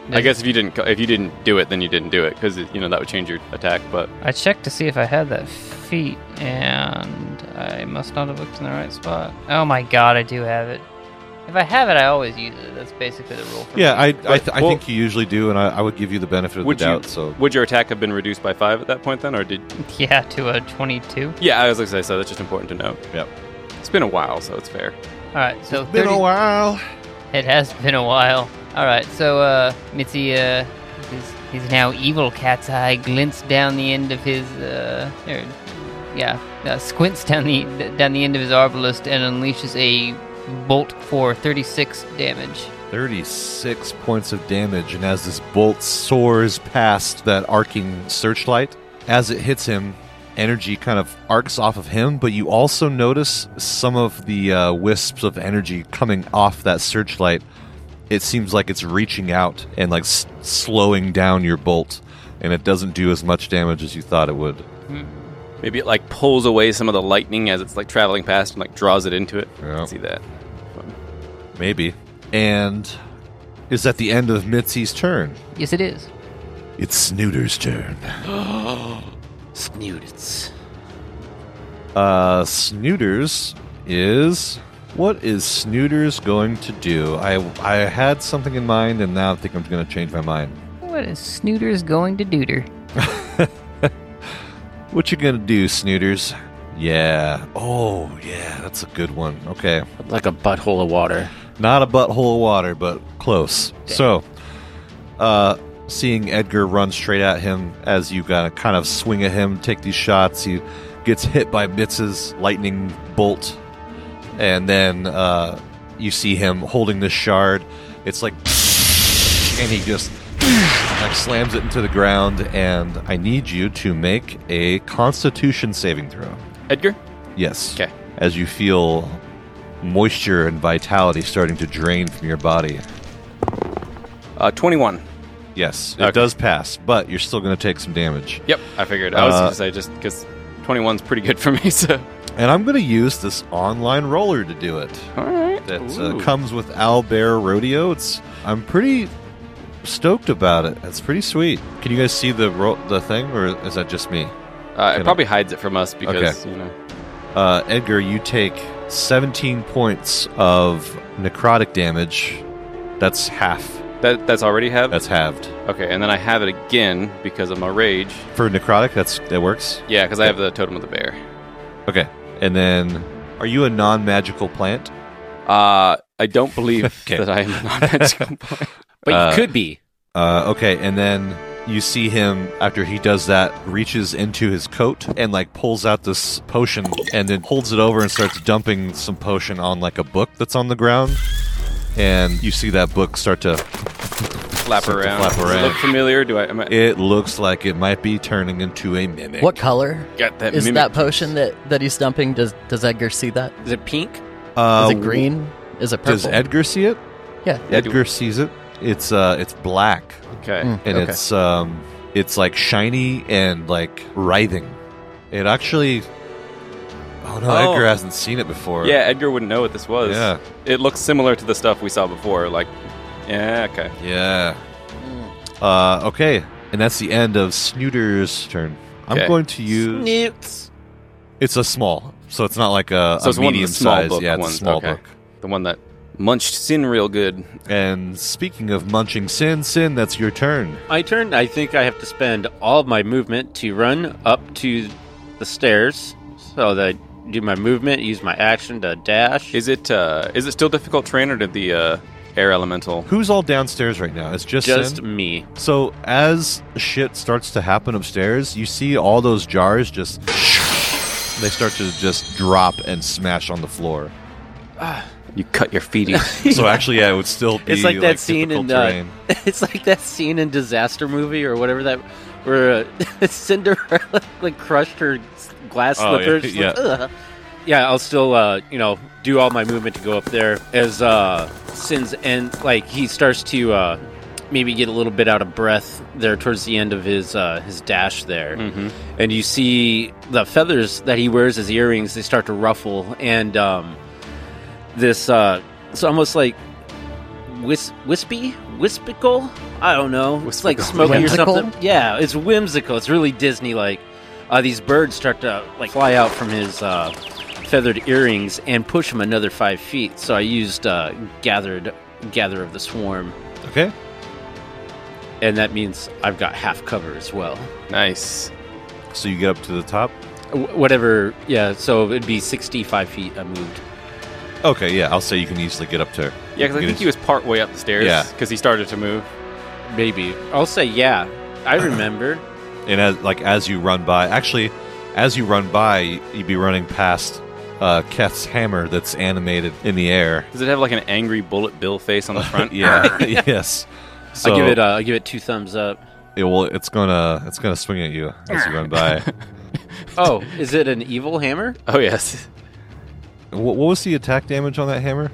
Speaker 3: I
Speaker 6: Does-
Speaker 3: guess if you didn't if you didn't do it, then you didn't do it because you know that would change your attack. But
Speaker 6: I checked to see if I had that feat, and I must not have looked in the right spot. Oh my god, I do have it. If I have it, I always use it. That's basically the rule. For
Speaker 1: Yeah, I I, th-
Speaker 3: But-
Speaker 1: I
Speaker 3: well-
Speaker 1: think you usually do, and I, I would give you the benefit of
Speaker 3: would
Speaker 1: the doubt.
Speaker 3: you
Speaker 1: So
Speaker 3: would your attack have been reduced by five at that point then, or did?
Speaker 6: me. Yeah, to a 22.
Speaker 3: Yeah, I was like I said, that's just important to know.
Speaker 1: Yep.
Speaker 3: It's been a while, so it's fair.
Speaker 6: All right, so 30,
Speaker 1: been a while.
Speaker 6: It has been a while. All right, so uh, Mitzi, uh, his, his now evil cat's eye glints down the end of his, uh, er, yeah, uh, squints down the down the end of his arbalist and unleashes a bolt for 36 damage.
Speaker 1: 36 points of damage, and as this bolt soars past that arcing searchlight, as it hits him, energy kind of arcs off of him, but you also notice some of the uh, wisps of energy coming off that searchlight. It seems like it's reaching out and like s- slowing down your bolt, and it doesn't do as much damage as you thought it would.
Speaker 3: Maybe it like pulls away some of the lightning as it's like traveling past and like draws it into it.
Speaker 1: Yeah.
Speaker 3: I can see that.
Speaker 1: Maybe. And is at the end of Mitzi's turn.
Speaker 6: Yes, it is.
Speaker 2: It's Snooter's turn.
Speaker 5: Snoots.
Speaker 1: Uh, Snooters is what is Snooters going to do? I I had something in mind, and now I think I'm going to change my mind.
Speaker 6: What is Snooter's going to dooter?
Speaker 1: What you going to do, Snooters? Yeah. Oh, yeah. That's a good one. Okay.
Speaker 5: Like a butthole of water.
Speaker 1: Not a butthole of water, but close. So, uh, seeing Edgar run straight at him as you gotta kind of swing at him, take these shots, he gets hit by Mitz's lightning bolt, and then uh, you see him holding this shard. It's like, and he just like slams it into the ground. And I need you to make a Constitution saving throw.
Speaker 3: Edgar.
Speaker 1: Yes.
Speaker 3: Okay.
Speaker 1: As you feel moisture and vitality starting to drain from your body.
Speaker 3: Uh, Twenty-one.
Speaker 1: Yes, it
Speaker 3: Okay.
Speaker 1: does pass, but you're still going to take some damage.
Speaker 3: Yep, I figured. I was
Speaker 1: Uh,
Speaker 3: going to say just because 21's pretty good for me. So uh,
Speaker 1: And I'm going to use this online roller to do it.
Speaker 3: all right,
Speaker 1: That uh, comes with Owlbear Rodeo. It's I'm pretty stoked about it. That's pretty sweet. Can you guys see the ro- the thing, or is that just me?
Speaker 3: uh, it probably hides it from us because
Speaker 1: Okay.
Speaker 3: you know.
Speaker 1: Uh, Edgar, you take 17 points of necrotic damage. That's half.
Speaker 3: That that's already have.
Speaker 1: That's halved.
Speaker 3: okay, and then I have it again because of my rage.
Speaker 1: For necrotic, that's that works.
Speaker 3: Yeah, because I have the totem of the bear.
Speaker 1: Okay. And then, are you a non-magical plant?
Speaker 3: Uh, I don't believe
Speaker 1: Okay.
Speaker 3: that I am a non-magical plant.
Speaker 5: But
Speaker 1: Uh,
Speaker 5: you could be.
Speaker 1: Uh, okay, and then you see him after he does that, reaches into his coat and like pulls out this potion, and then holds it over and starts dumping some potion on like a book that's on the ground, and you see that book start to
Speaker 3: flap
Speaker 1: Start to
Speaker 3: around.
Speaker 1: flap
Speaker 3: Does it
Speaker 1: around.
Speaker 3: look familiar? Do I? Am I
Speaker 1: It looks like it might be turning into a mimic.
Speaker 4: What color
Speaker 3: got that?
Speaker 4: is
Speaker 3: mimic
Speaker 4: that potion that, that he's dumping? Does does Edgar see that?
Speaker 5: Is it pink?
Speaker 1: Uh,
Speaker 4: Is it green? Is it purple?
Speaker 1: Does Edgar see it?
Speaker 4: Yeah.
Speaker 1: Edgar sees it. It's uh, it's black
Speaker 3: Okay.
Speaker 4: Mm,
Speaker 1: and
Speaker 4: okay.
Speaker 1: it's um, it's like shiny and like writhing. It actually. Oh no,
Speaker 3: Oh.
Speaker 1: Edgar hasn't seen it before.
Speaker 3: Yeah, Edgar wouldn't know what this was.
Speaker 1: Yeah.
Speaker 3: It looks similar to the stuff we saw before. Like, yeah, okay.
Speaker 1: Yeah.
Speaker 3: Hmm.
Speaker 1: Uh, okay, and that's the end of Snooter's turn.
Speaker 3: Okay.
Speaker 1: I'm going to use.
Speaker 5: Newts.
Speaker 1: It's a small, so it's not like a,
Speaker 3: So
Speaker 1: a
Speaker 3: it's one of the
Speaker 1: medium
Speaker 3: small
Speaker 1: size.
Speaker 3: book
Speaker 1: yeah, it's
Speaker 3: ones,
Speaker 1: a small
Speaker 3: okay.
Speaker 1: book.
Speaker 3: The one that munched sin real good.
Speaker 1: And speaking of munching sin, sin, that's your turn.
Speaker 5: My turn. I think I have to spend all of my movement to run up to the stairs so that I do my movement, use my action to dash.
Speaker 3: Is it uh, is it still difficult terrain or did the uh, air elemental?
Speaker 1: Who's all downstairs right now? It's just,
Speaker 5: just
Speaker 1: Sin?
Speaker 5: me.
Speaker 1: So as shit starts to happen upstairs, you see all those jars just they start to just drop and smash on the floor.
Speaker 3: You cut your feet. in.
Speaker 1: So actually, yeah, it would still be
Speaker 5: It's like that scene
Speaker 1: difficult
Speaker 5: in uh,
Speaker 1: terrain.
Speaker 5: it's like that scene in disaster movie or whatever that where uh, Cinderella like crushed her s- glass
Speaker 1: Oh, yeah,
Speaker 5: slippers.
Speaker 1: yeah.
Speaker 5: yeah, I'll still uh, you know do all my movement to go up there as uh, Sin's end like he starts to uh, maybe get a little bit out of breath there towards the end of his uh, his dash there
Speaker 1: Mm-hmm.
Speaker 3: hmm
Speaker 5: and you see the feathers that he wears as earrings they start to ruffle and um, this uh, it's almost like whis- wispy wispical i don't know it's like
Speaker 3: Wispical.
Speaker 5: smoky
Speaker 4: Whimsical?
Speaker 5: or something yeah it's whimsical it's really disney like uh, these birds start to like fly out from his uh, feathered earrings and push him another five feet so i used uh, gathered gather of the swarm
Speaker 1: okay.
Speaker 5: and that means i've got half cover as well
Speaker 3: Nice.
Speaker 1: So you get up to the top.
Speaker 5: Wh- whatever yeah so it'd be 65 feet i moved
Speaker 1: Okay, yeah, I'll say you can easily get up to.
Speaker 3: Yeah, because I
Speaker 1: Get
Speaker 3: think
Speaker 1: it-
Speaker 3: he was part way up the stairs.
Speaker 1: Yeah.
Speaker 3: Because he started to move.
Speaker 5: Maybe. I'll say yeah. I remember.
Speaker 1: and as like as you run by actually as you run by you'd be running past uh keth's hammer that's animated in the air
Speaker 3: Does it have like an angry bullet bill face on the front?
Speaker 1: yeah yes so
Speaker 5: I give it. Uh, I give it two thumbs up.
Speaker 1: it will it's gonna it's gonna swing at you as you run by
Speaker 5: Oh, is it an evil hammer?
Speaker 3: Oh yes.
Speaker 1: Wh- what was the attack damage on that hammer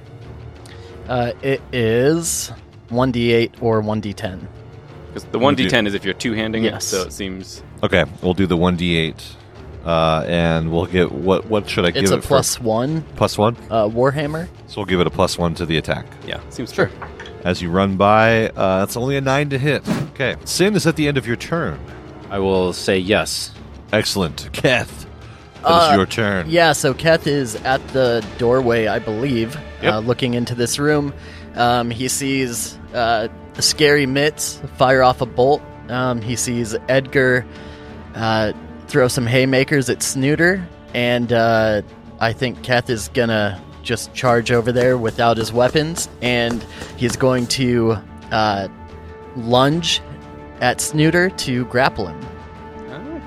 Speaker 4: Uh, it is 1d8 or 1d10.
Speaker 3: Because the one d10 is if you're two handing
Speaker 4: Yes.
Speaker 3: it. So it seems.
Speaker 1: okay we'll do the 1d8 uh and we'll get what what should i give
Speaker 4: It's a
Speaker 1: it for-
Speaker 4: plus one
Speaker 1: plus one
Speaker 4: uh, Warhammer.
Speaker 1: so we'll give it a plus one to the attack
Speaker 3: Yeah, seems
Speaker 4: Sure.
Speaker 3: fair.
Speaker 1: as you run by uh that's only a nine to hit okay sin is at the end of your turn
Speaker 5: I will say yes.
Speaker 1: excellent keth That is
Speaker 4: Uh,
Speaker 1: your turn
Speaker 4: Yeah, so Keth is at the doorway, I believe, uh, looking into this room. Um, he sees uh, Scary Mitts fire off a bolt. Um, he sees Edgar uh, throw some haymakers at Snooter. And uh, I think Keth is going to just charge over there without his weapons. And he's going to uh, lunge at Snooter to grapple him.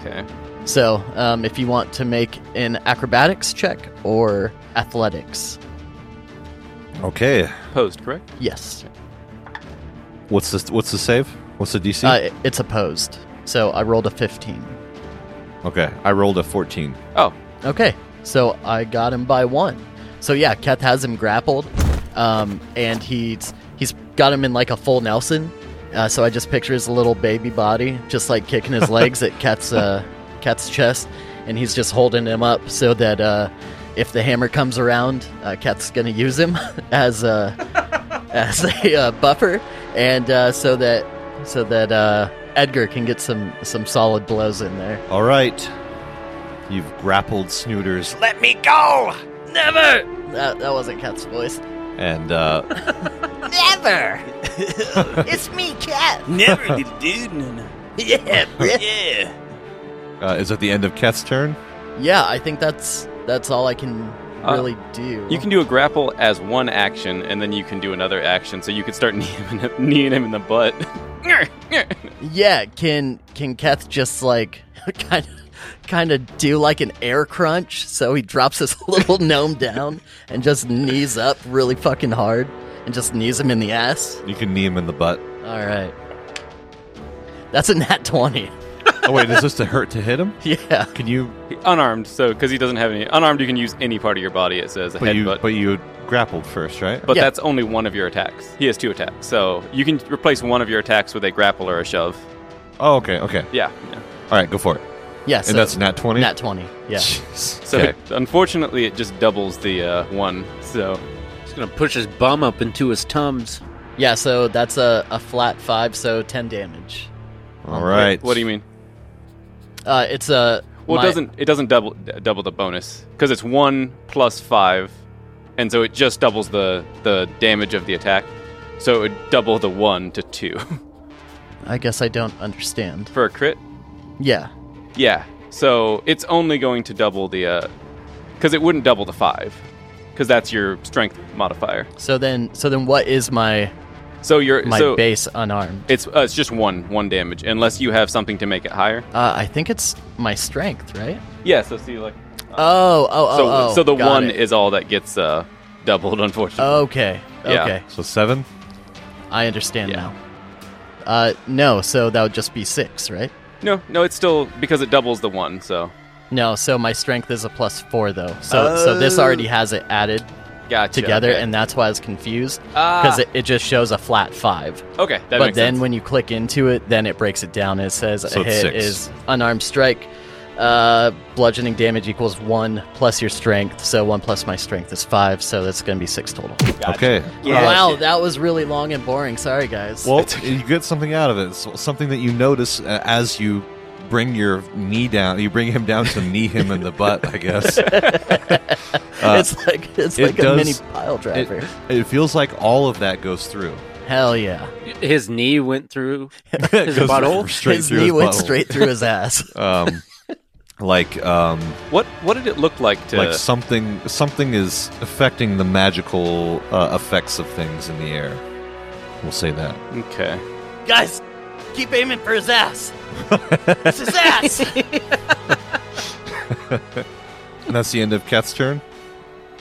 Speaker 3: Okay.
Speaker 4: So, um, if you want to make an acrobatics check or athletics,
Speaker 1: Okay.
Speaker 3: Posed, correct?
Speaker 4: yes,
Speaker 1: What's the what's the save? What's the DC?
Speaker 4: uh, it's opposed. So I rolled a fifteen.
Speaker 1: okay, I rolled a 14.
Speaker 3: Oh,
Speaker 4: Okay, so I got him by one. So yeah, Keth has him grappled, um, and he's he's got him in like a full Nelson. Uh, so I just picture his little baby body just like kicking his legs at Keth's uh, Keth's chest, and he's just holding him up so that uh, if the hammer comes around, uh, Keth's gonna use him as a as a uh, buffer, and uh, so that so that uh, Edgar can get some some solid blows in there.
Speaker 1: All right. You've grappled Snooters
Speaker 8: Let me go! Never!
Speaker 4: That, that wasn't Keth's voice.
Speaker 1: and uh,
Speaker 8: Never! it's me, cat! Never, little dude. Yeah, yeah.
Speaker 1: uh, is at the end of Keth's turn.
Speaker 4: Yeah, I think that's that's all I can
Speaker 3: Uh,
Speaker 4: really do.
Speaker 3: You can do a grapple as one action, and then you can do another action. So you could start kneeing him, kneeing him in the butt.
Speaker 4: yeah, can can Keth just like kind of kind of do like an air crunch? So he drops his little gnome down and just knees up really fucking hard and just knees him in the ass.
Speaker 1: You can knee him in the butt.
Speaker 4: All right. That's a nat 20.
Speaker 1: Oh wait, is this to hurt to hit him?
Speaker 4: Yeah.
Speaker 1: Can you?
Speaker 3: Unarmed, so because he doesn't have any unarmed, you can use any part of your body. It says a
Speaker 1: But you,
Speaker 3: headbutt,
Speaker 1: but you grappled first, right?
Speaker 3: but
Speaker 4: Yeah.
Speaker 3: that's only one of your attacks. He has two attacks, so you can replace one of your attacks with a grapple or a shove.
Speaker 1: Oh, okay, okay.
Speaker 3: Yeah. yeah.
Speaker 1: All right, go for it.
Speaker 4: Yeah.
Speaker 1: and that's nat twenty.
Speaker 4: nat 20. Yeah.
Speaker 1: Jeez.
Speaker 3: So
Speaker 1: okay.
Speaker 3: it- unfortunately, it just doubles the uh, one. So
Speaker 5: He's gonna push his bum up into his tums.
Speaker 4: Yeah, so that's a, a flat 5, so 10 damage.
Speaker 1: All right.
Speaker 3: what do you mean?
Speaker 4: Uh, it's a.
Speaker 3: Well,
Speaker 4: my-
Speaker 3: it doesn't it doesn't double d- double the bonus because it's one plus five, and so it just doubles the the damage of the attack. So it would double the one to two
Speaker 4: I guess I don't understand.
Speaker 3: for a crit.
Speaker 4: Yeah.
Speaker 3: Yeah. So it's only going to double the, because it wouldn't double the five, because that's your strength modifier.
Speaker 4: So then, so then, what is my
Speaker 3: So your
Speaker 4: my
Speaker 3: so
Speaker 4: base unarmed?
Speaker 3: it's uh, it's just one one damage unless you have something to make it higher.
Speaker 4: Uh, I think it's my strength, right?
Speaker 3: Yeah. So see like
Speaker 4: Oh, oh, oh,
Speaker 3: Uh, so
Speaker 4: oh,
Speaker 3: so the
Speaker 4: got
Speaker 3: one
Speaker 4: it. Oh.
Speaker 3: is all that gets uh doubled unfortunately.
Speaker 4: Okay,
Speaker 3: Yeah.
Speaker 4: okay,
Speaker 1: So seven.
Speaker 4: I understand
Speaker 3: Yeah.
Speaker 4: now. Uh, no, so that would just be six, right?
Speaker 3: No, no, it's still because it doubles the one. So
Speaker 4: No, so my strength is a plus four though. So, so this already has it added
Speaker 3: gotcha.
Speaker 4: together,
Speaker 3: Oh. okay.
Speaker 4: and that's why I was confused
Speaker 3: Ah.
Speaker 4: because it, it just shows a flat five.
Speaker 3: Okay, that
Speaker 4: but
Speaker 3: makes
Speaker 4: then
Speaker 3: sense.
Speaker 4: when you click into it, then it breaks it down. It says
Speaker 1: So
Speaker 4: a
Speaker 1: it's
Speaker 4: hit
Speaker 1: six.
Speaker 4: is unarmed strike. Uh, bludgeoning damage equals one plus your strength. So one plus my strength is five. So that's going to be six total. Oh,
Speaker 1: Okay.
Speaker 4: Wow, that was really long and boring. Sorry, guys.
Speaker 1: Well, you get something out of it. It's something that you notice uh, as you bring your knee down. You bring him down to knee him in the butt, I guess.
Speaker 4: it's like it's
Speaker 1: uh, it
Speaker 4: like a
Speaker 1: does-
Speaker 4: mini pile driver.
Speaker 1: It, it feels like all of that goes through.
Speaker 4: Hell yeah!
Speaker 5: His knee went through his
Speaker 1: Goes
Speaker 5: butthole.
Speaker 1: Straight
Speaker 4: his
Speaker 1: through
Speaker 4: knee
Speaker 1: his
Speaker 4: went
Speaker 1: butthole.
Speaker 4: straight through his ass.
Speaker 1: Um, like um,
Speaker 3: what what did it look like to
Speaker 1: like something something is affecting the magical uh, effects of things in the air. We'll say that.
Speaker 3: okay?
Speaker 4: guys, keep aiming for his ass. it's his ass.
Speaker 1: And that's the end of Cat's turn.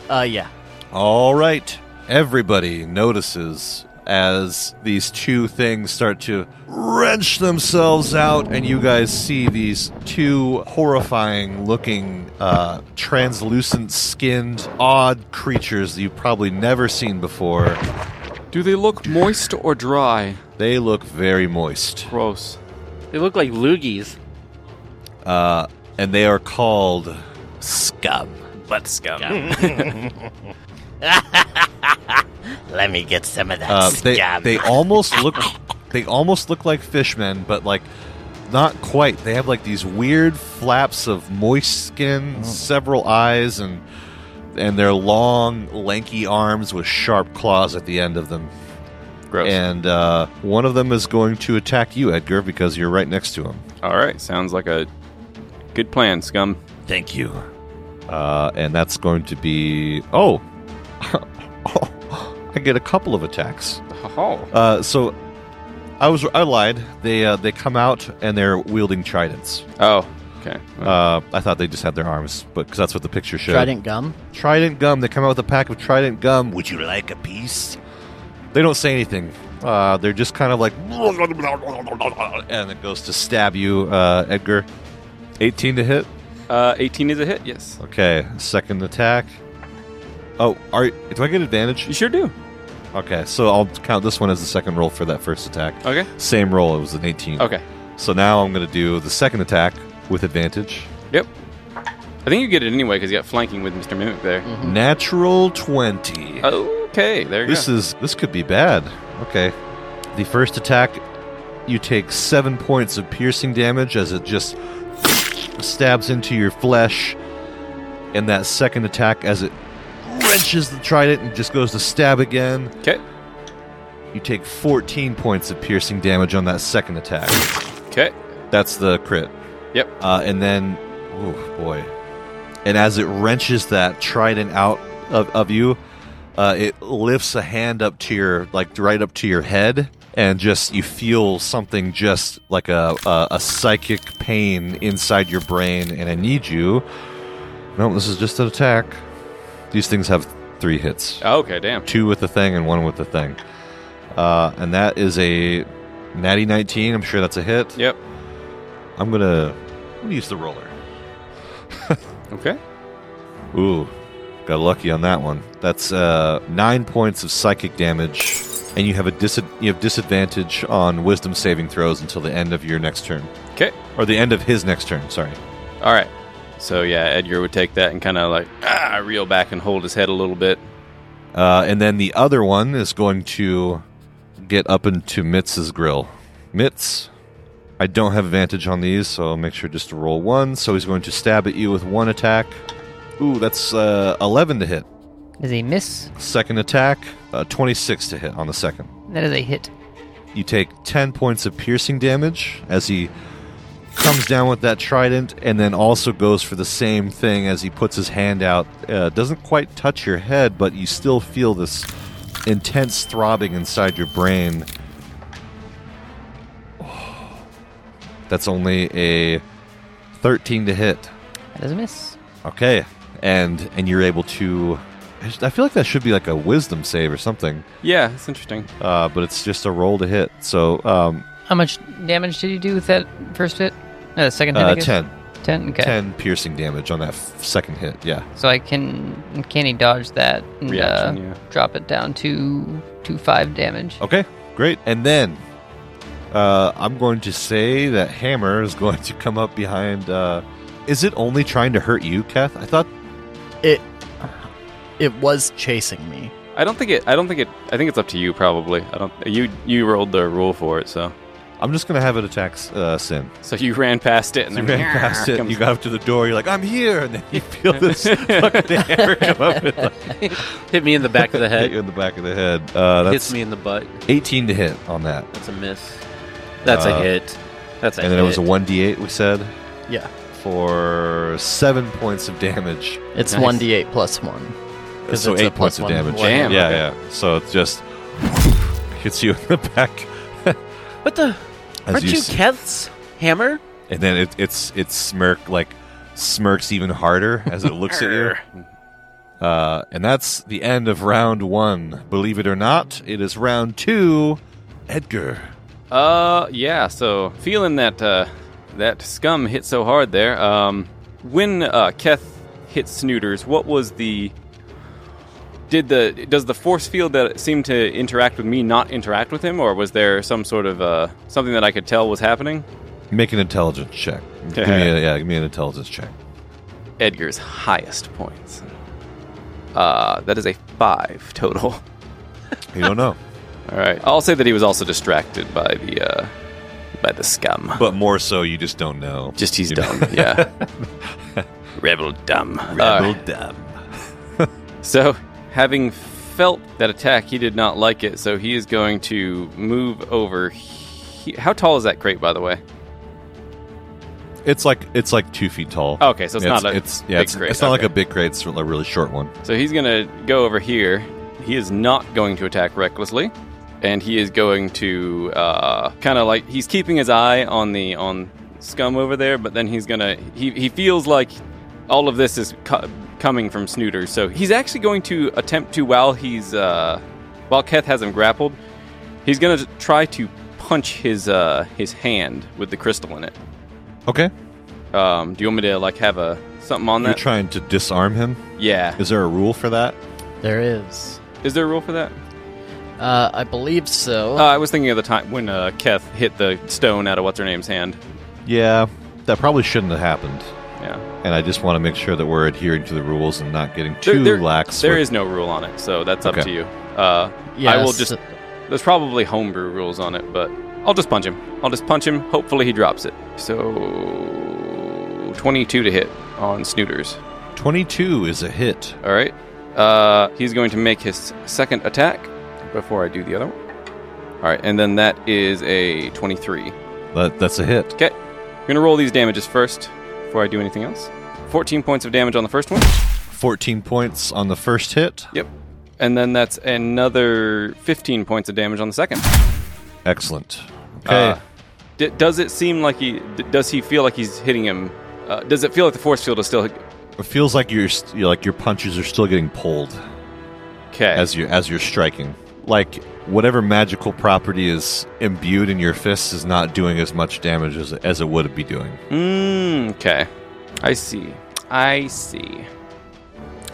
Speaker 4: uh, yeah.
Speaker 1: All right. Everybody notices as these two things start to wrench themselves out, and you guys see these two horrifying looking, uh, translucent skinned, odd creatures that you've probably never seen before.
Speaker 3: Do they look moist or dry?
Speaker 1: They look very moist.
Speaker 3: Gross.
Speaker 5: They look like loogies.
Speaker 1: Uh, and they are called scum.
Speaker 3: Butt scum.
Speaker 8: Let me get some of that
Speaker 1: Uh, they, they almost look they almost look like fishmen, but like not quite. They have like these weird flaps of moist skin, several eyes, and and their long, lanky arms with sharp claws at the end of them.
Speaker 3: Gross.
Speaker 1: And uh, one of them is going to attack you, Edgar, because you're right next to him.
Speaker 3: All right, sounds like a good plan, scum.
Speaker 2: Thank you.
Speaker 1: Uh, and that's going to be oh, I get a couple of attacks.
Speaker 3: Oh,
Speaker 1: Uh, so I was I lied. They uh, they come out and they're wielding tridents.
Speaker 3: oh, okay.
Speaker 1: Uh, I thought they just had their arms, but because that's what the picture showed.
Speaker 4: Trident gum.
Speaker 1: Trident gum. They come out with a pack of Trident gum.
Speaker 2: Would you like a piece?
Speaker 1: They don't say anything. Uh, they're just kind of like, and it goes to stab you, uh, Edgar. 18 to hit.
Speaker 3: Uh, 18 is a hit. Yes,
Speaker 1: Okay, second attack. Oh, are do I get
Speaker 3: you
Speaker 1: advantage?
Speaker 3: sure do.
Speaker 1: Okay, so I'll count this one as the second roll for that first attack.
Speaker 3: Okay.
Speaker 1: Same roll. It was an 18.
Speaker 3: Okay.
Speaker 1: So now I'm going to do the second attack with advantage.
Speaker 3: Yep. I think you get it anyway because you got flanking with Mr. Mimic there.
Speaker 4: Mm.
Speaker 1: Natural 20.
Speaker 3: Okay, Oh, there you
Speaker 1: This
Speaker 3: go.
Speaker 1: is this could be bad. Okay. The first attack you take 7 points of piercing damage as it just stabs into your flesh and that second attack as it wrenches the trident and just goes to stab again.
Speaker 3: Okay.
Speaker 1: You take 14 points of piercing damage on that second attack.
Speaker 3: Okay.
Speaker 1: That's the crit.
Speaker 3: Yep.
Speaker 1: Uh, and then, oh boy. And as it wrenches that trident out of, of you, uh, it lifts a hand up to your, like right up to your head, and just you feel something just like a, a, a psychic pain inside your brain, and I need you. No, this is just an attack. These things have three hits
Speaker 3: Okay. Damn.
Speaker 1: two with the thing and one with the thing. Uh, and that is a Natty 19, I'm sure that's a hit.
Speaker 3: Yep.
Speaker 1: I'm gonna, I'm gonna use the roller.
Speaker 3: Okay.
Speaker 1: Ooh, got lucky on that one. That's uh, nine points of psychic damage, and you have a dis- you have disadvantage on wisdom saving throws until the end of your next turn,
Speaker 3: Okay.
Speaker 1: or the end of his next turn. Sorry.
Speaker 3: All right. So yeah, Edgar would take that and kind of like ah, reel back and hold his head a little bit.
Speaker 1: Uh, and then the other one is going to get up into Mitz's grill. Mitz, I don't have advantage on these, so I'll make sure just to roll one. So he's going to stab at you with one attack. Ooh, that's uh, 11 to hit.
Speaker 6: Is a miss.
Speaker 1: Second attack, uh, 26 to hit on the second.
Speaker 6: That is a hit.
Speaker 1: You take 10 points of piercing damage as he comes down with that trident and then also goes for the same thing as he puts his hand out. Uh, doesn't quite touch your head, but you still feel this intense throbbing inside your brain. That's only a 13 to hit.
Speaker 6: That is a miss.
Speaker 1: Okay. And and you're able to I feel like that should be like a wisdom save or something,
Speaker 3: Yeah, it's interesting.
Speaker 1: uh, but it's just a roll to hit. So um,
Speaker 6: How much damage did you do with that first hit? No, the second hit. I
Speaker 1: Uh,
Speaker 6: guess?
Speaker 1: 10.
Speaker 6: Ten. Okay.
Speaker 1: 10 piercing damage on that f- second hit. Yeah.
Speaker 6: So I can canny dodge that and
Speaker 3: Reaction,
Speaker 6: uh,
Speaker 3: yeah.
Speaker 6: drop it down to to five damage.
Speaker 1: Okay. Great. And then uh, I'm going to say that Hammer is going to come up behind. Uh, is it only trying to hurt you, Kath? I thought.
Speaker 4: It it was chasing me.
Speaker 3: I don't think it. I don't think it. I think it's up to you. Probably. I don't. You you rolled the rule for it, so
Speaker 1: I'm just going to have it attack uh, Sin.
Speaker 3: so you ran past it and
Speaker 1: You
Speaker 3: then
Speaker 1: ran past it.
Speaker 3: comes-
Speaker 1: You got up to the door. You're like, I'm here. And then you feel this fucking hammer come up and like,
Speaker 5: Hit me in the back of the
Speaker 1: hit
Speaker 5: head.
Speaker 1: you in the back of the head. Uh,
Speaker 5: Hits
Speaker 1: that's
Speaker 5: me in the butt.
Speaker 1: 18 to hit on that.
Speaker 5: That's a miss. That's
Speaker 1: Uh,
Speaker 5: a hit. That's a
Speaker 1: And then
Speaker 5: hit.
Speaker 1: it was a 1d8, we said,
Speaker 4: Yeah.
Speaker 1: for seven points of damage.
Speaker 4: It's
Speaker 3: Nice.
Speaker 4: one d eight plus one. 'Cause
Speaker 1: So
Speaker 4: it's a
Speaker 1: eight points
Speaker 4: plus
Speaker 1: of
Speaker 4: one.
Speaker 1: damage.
Speaker 3: Damn,
Speaker 1: yeah,
Speaker 3: okay.
Speaker 1: yeah. So it's just hits you in the back,
Speaker 5: What the?
Speaker 1: As
Speaker 5: Aren't
Speaker 1: you
Speaker 5: you
Speaker 1: s-
Speaker 5: Keth's hammer?
Speaker 1: and then it, it's it's smirk like smirks even harder as it looks at you. Uh, and that's the end of round one. Believe it or not, it is round two. Edgar,
Speaker 3: Uh, yeah. So feeling that uh, that scum hit so hard there. Um, when uh, Keth hit Snooters, what was the? Did the does the force field that seemed to interact with me not interact with him, or was there some sort of uh, something that I could tell was happening?
Speaker 1: make an intelligence check. Give me a, yeah, give me an intelligence check.
Speaker 3: Edgar's highest points. Uh, that is a five total.
Speaker 1: You don't know,
Speaker 3: All right. I'll say that he was also distracted by the uh, by the scum.
Speaker 1: but more so, you just don't know.
Speaker 3: Just he's dumb. Yeah. Rebel dumb. Rebel dumb. so, having felt that attack, he did not like it, so he is going to move over. He- How tall is that crate, by the way?
Speaker 1: It's like it's like two feet tall.
Speaker 3: Oh, okay, so it's not a
Speaker 1: it's yeah,
Speaker 3: big
Speaker 1: it's,
Speaker 3: crate,
Speaker 1: it's not like
Speaker 3: okay.
Speaker 1: a big crate. It's a really short one.
Speaker 3: So he's going to go over here. He is not going to attack recklessly, and he is going to uh, kind of like he's keeping his eye on the on scum over there, but then he's gonna he he feels like all of this is co- coming from Snooter, so he's actually going to attempt to while he's uh, while Keth has him grappled, he's gonna try to punch his uh, his hand with the crystal in it.
Speaker 1: Okay,
Speaker 3: Um, do you want me to like have a something on
Speaker 1: you're
Speaker 3: that?
Speaker 1: trying to disarm him.
Speaker 3: yeah.
Speaker 1: Is there a rule for that?
Speaker 4: There is.
Speaker 3: Is there a rule for that?
Speaker 4: Uh, I believe so.
Speaker 3: Uh, I was thinking of the time when uh, Keth hit the stone out of what's her name's hand.
Speaker 1: Yeah, that probably shouldn't have happened.
Speaker 3: Yeah,
Speaker 1: And I just want to make sure that we're adhering to the rules and not getting
Speaker 3: There-
Speaker 1: too
Speaker 3: there-
Speaker 1: lax.
Speaker 3: There
Speaker 1: with-
Speaker 3: is no rule on it, so that's up
Speaker 1: Okay.
Speaker 3: to you. Uh,
Speaker 4: yeah,
Speaker 3: I will
Speaker 4: so-
Speaker 3: just. There's probably homebrew rules on it, but I'll just punch him. I'll just punch him. Hopefully he drops it. So 22 to hit on Snooters.
Speaker 1: 22 is a hit.
Speaker 3: All right. Uh, he's going to make his second attack before I do the other one. All right, and then that is a 23.
Speaker 1: That, that's a hit.
Speaker 3: Okay. I'm going to roll these damages first before I do anything else. 14 points of damage on the first one.
Speaker 1: 14 points on the first hit.
Speaker 3: Yep. And then that's another 15 points of damage on the second.
Speaker 1: Excellent. Okay.
Speaker 3: Uh, D- does it seem like he. D- does he feel like he's hitting him? Uh, does it feel like the force field is still.
Speaker 1: it feels like you're, st- you're like your punches are still getting pulled
Speaker 3: Okay.
Speaker 1: as you as you're striking. Like whatever magical property is imbued in your fists is not doing as much damage as, as it would be doing.
Speaker 3: Mm, okay. I see. I see.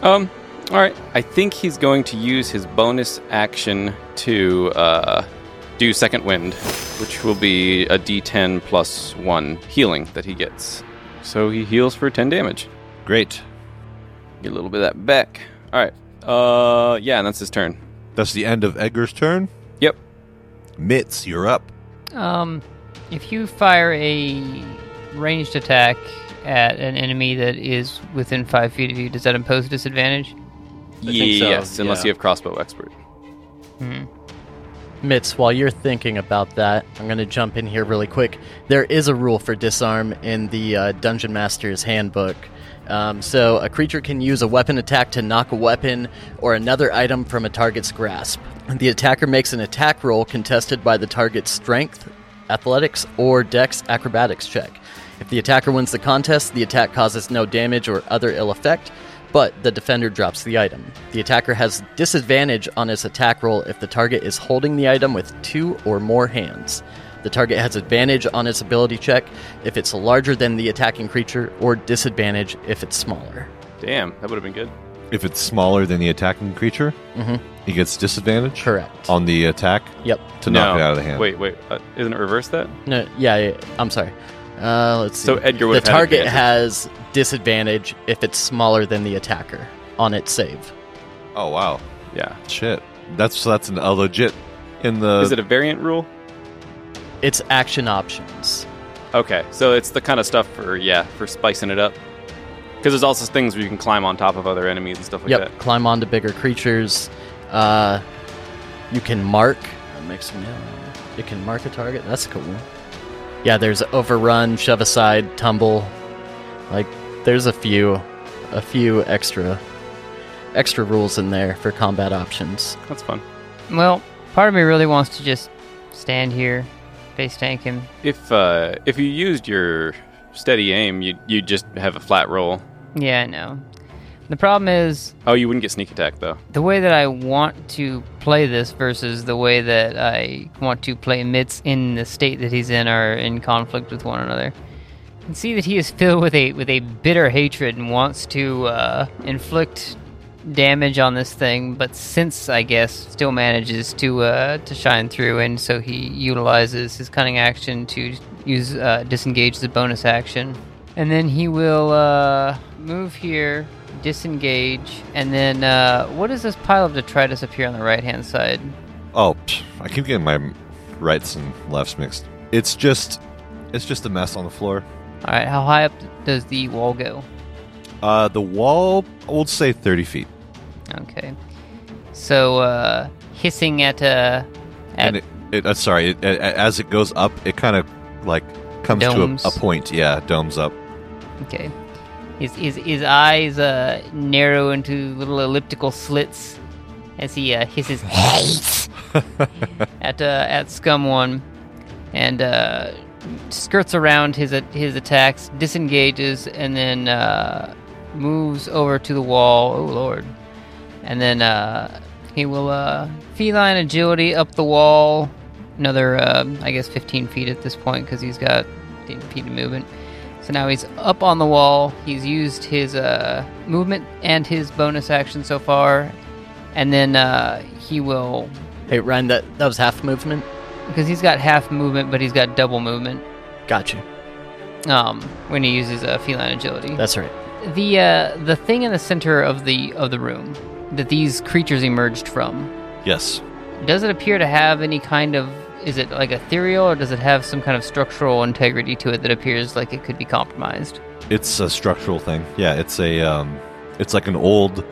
Speaker 3: Um, all right. I think he's going to use his bonus action to uh, do second wind, which will be a d10 plus 1 healing that he gets. So he heals for 10 damage.
Speaker 1: Great.
Speaker 3: Get a little bit of that back. All right. Uh, yeah, and that's his turn.
Speaker 1: That's the end of Edgar's turn.
Speaker 3: Yep.
Speaker 1: Mitz, you're up.
Speaker 6: Um, if you fire a ranged attack at an enemy that is within five feet of you, does that impose disadvantage?
Speaker 5: think so,
Speaker 3: Yes, unless
Speaker 5: yeah.
Speaker 3: you have crossbow expert.
Speaker 4: Mitz, while you're thinking about that, I'm going to jump in here really quick. There is a rule for disarm in the uh, Dungeon Master's Handbook. Um, so, a creature can use a weapon attack to knock a weapon or another item from a target's grasp. The attacker makes an attack roll contested by the target's strength, athletics, or dex acrobatics check. If the attacker wins the contest, the attack causes no damage or other ill effect, but the defender drops the item. The attacker has disadvantage on his attack roll if the target is holding the item with two or more hands. The target has advantage on its ability check if it's larger than the attacking creature, or disadvantage if it's smaller.
Speaker 3: Damn, that would have been good.
Speaker 1: If it's smaller than the attacking creature,
Speaker 4: Mhm.
Speaker 1: he gets disadvantage.
Speaker 4: Correct.
Speaker 1: On the attack
Speaker 4: Yep.
Speaker 1: to knock
Speaker 3: No.
Speaker 1: it out of the hand.
Speaker 3: Wait, wait. Uh, isn't it reverse that?
Speaker 4: No. Yeah. yeah, I'm sorry. Uh, let's see.
Speaker 3: So Edgar
Speaker 4: the
Speaker 3: would have had
Speaker 4: target
Speaker 3: advantage.
Speaker 4: has disadvantage if it's smaller than the attacker on its save.
Speaker 1: Oh wow,
Speaker 3: Yeah.
Speaker 1: shit. That's that's an a legit in the.
Speaker 3: Is it a variant rule?
Speaker 4: It's action options.
Speaker 3: Okay, so it's the kind of stuff for yeah for spicing it up. Because there's also things where you can climb on top of other enemies and stuff like
Speaker 4: yep,
Speaker 3: that.
Speaker 4: climb onto bigger creatures. Uh, you can mark. That makes me. You can mark a target. That's cool. Yeah, there's overrun, shove aside, tumble. Like, there's a few, a few extra, extra rules in there for combat options.
Speaker 3: That's fun.
Speaker 6: Well, part of me really wants to just stand here, face tank him.
Speaker 3: If uh, if you used your steady aim, you you just have a flat roll.
Speaker 6: Yeah, I know. The problem is
Speaker 3: Oh, you wouldn't get sneak attack though.
Speaker 6: the way that I want to play this versus the way that I want to play Mitz in the state that he's in are in conflict with one another. You can see that he is filled with a with a bitter hatred and wants to uh, inflict damage on this thing, but since I guess still manages to uh, to shine through, and so he utilizes his cunning action to use uh, disengage the bonus action, and then he will uh, move here, disengage, and then uh, what is this pile of detritus up here on the right hand side?
Speaker 1: oh, pff, I keep getting my rights and lefts mixed. It's just, it's just a mess on the floor.
Speaker 6: All right, how high up does the wall go?
Speaker 1: Uh, the wall, I would say thirty feet.
Speaker 6: Okay, so uh, hissing at uh, at
Speaker 1: and it, it uh, sorry, it, a- a- as it goes up, it kind of like comes
Speaker 6: Domes.
Speaker 1: to a, a point. Yeah, domes up.
Speaker 6: Okay. His, his, his eyes uh, narrow into little elliptical slits as he uh, hisses "Hate!" at uh, at Scum One, and uh, skirts around his uh, his attacks, disengages, and then uh, moves over to the wall. Oh lord! And then uh, he will uh, feline agility up the wall, another um I guess 15 feet at this point because he's got 15 feet of movement. So now he's up on the wall. He's used his uh, movement and his bonus action so far, and then uh, he will
Speaker 4: Hey, Ryan, that that was half movement.
Speaker 6: because he's got half movement, but he's got double movement
Speaker 4: Got you.
Speaker 6: um, when he uses uh, feline agility.
Speaker 4: That's right.
Speaker 6: the uh, the thing in the center of the of the room that these creatures emerged from
Speaker 1: Yes.
Speaker 6: does it appear to have any kind of is it like ethereal or does it have some kind of structural integrity to it that appears like it could be compromised?
Speaker 1: It's a structural thing. Yeah, it's a um, it's like an old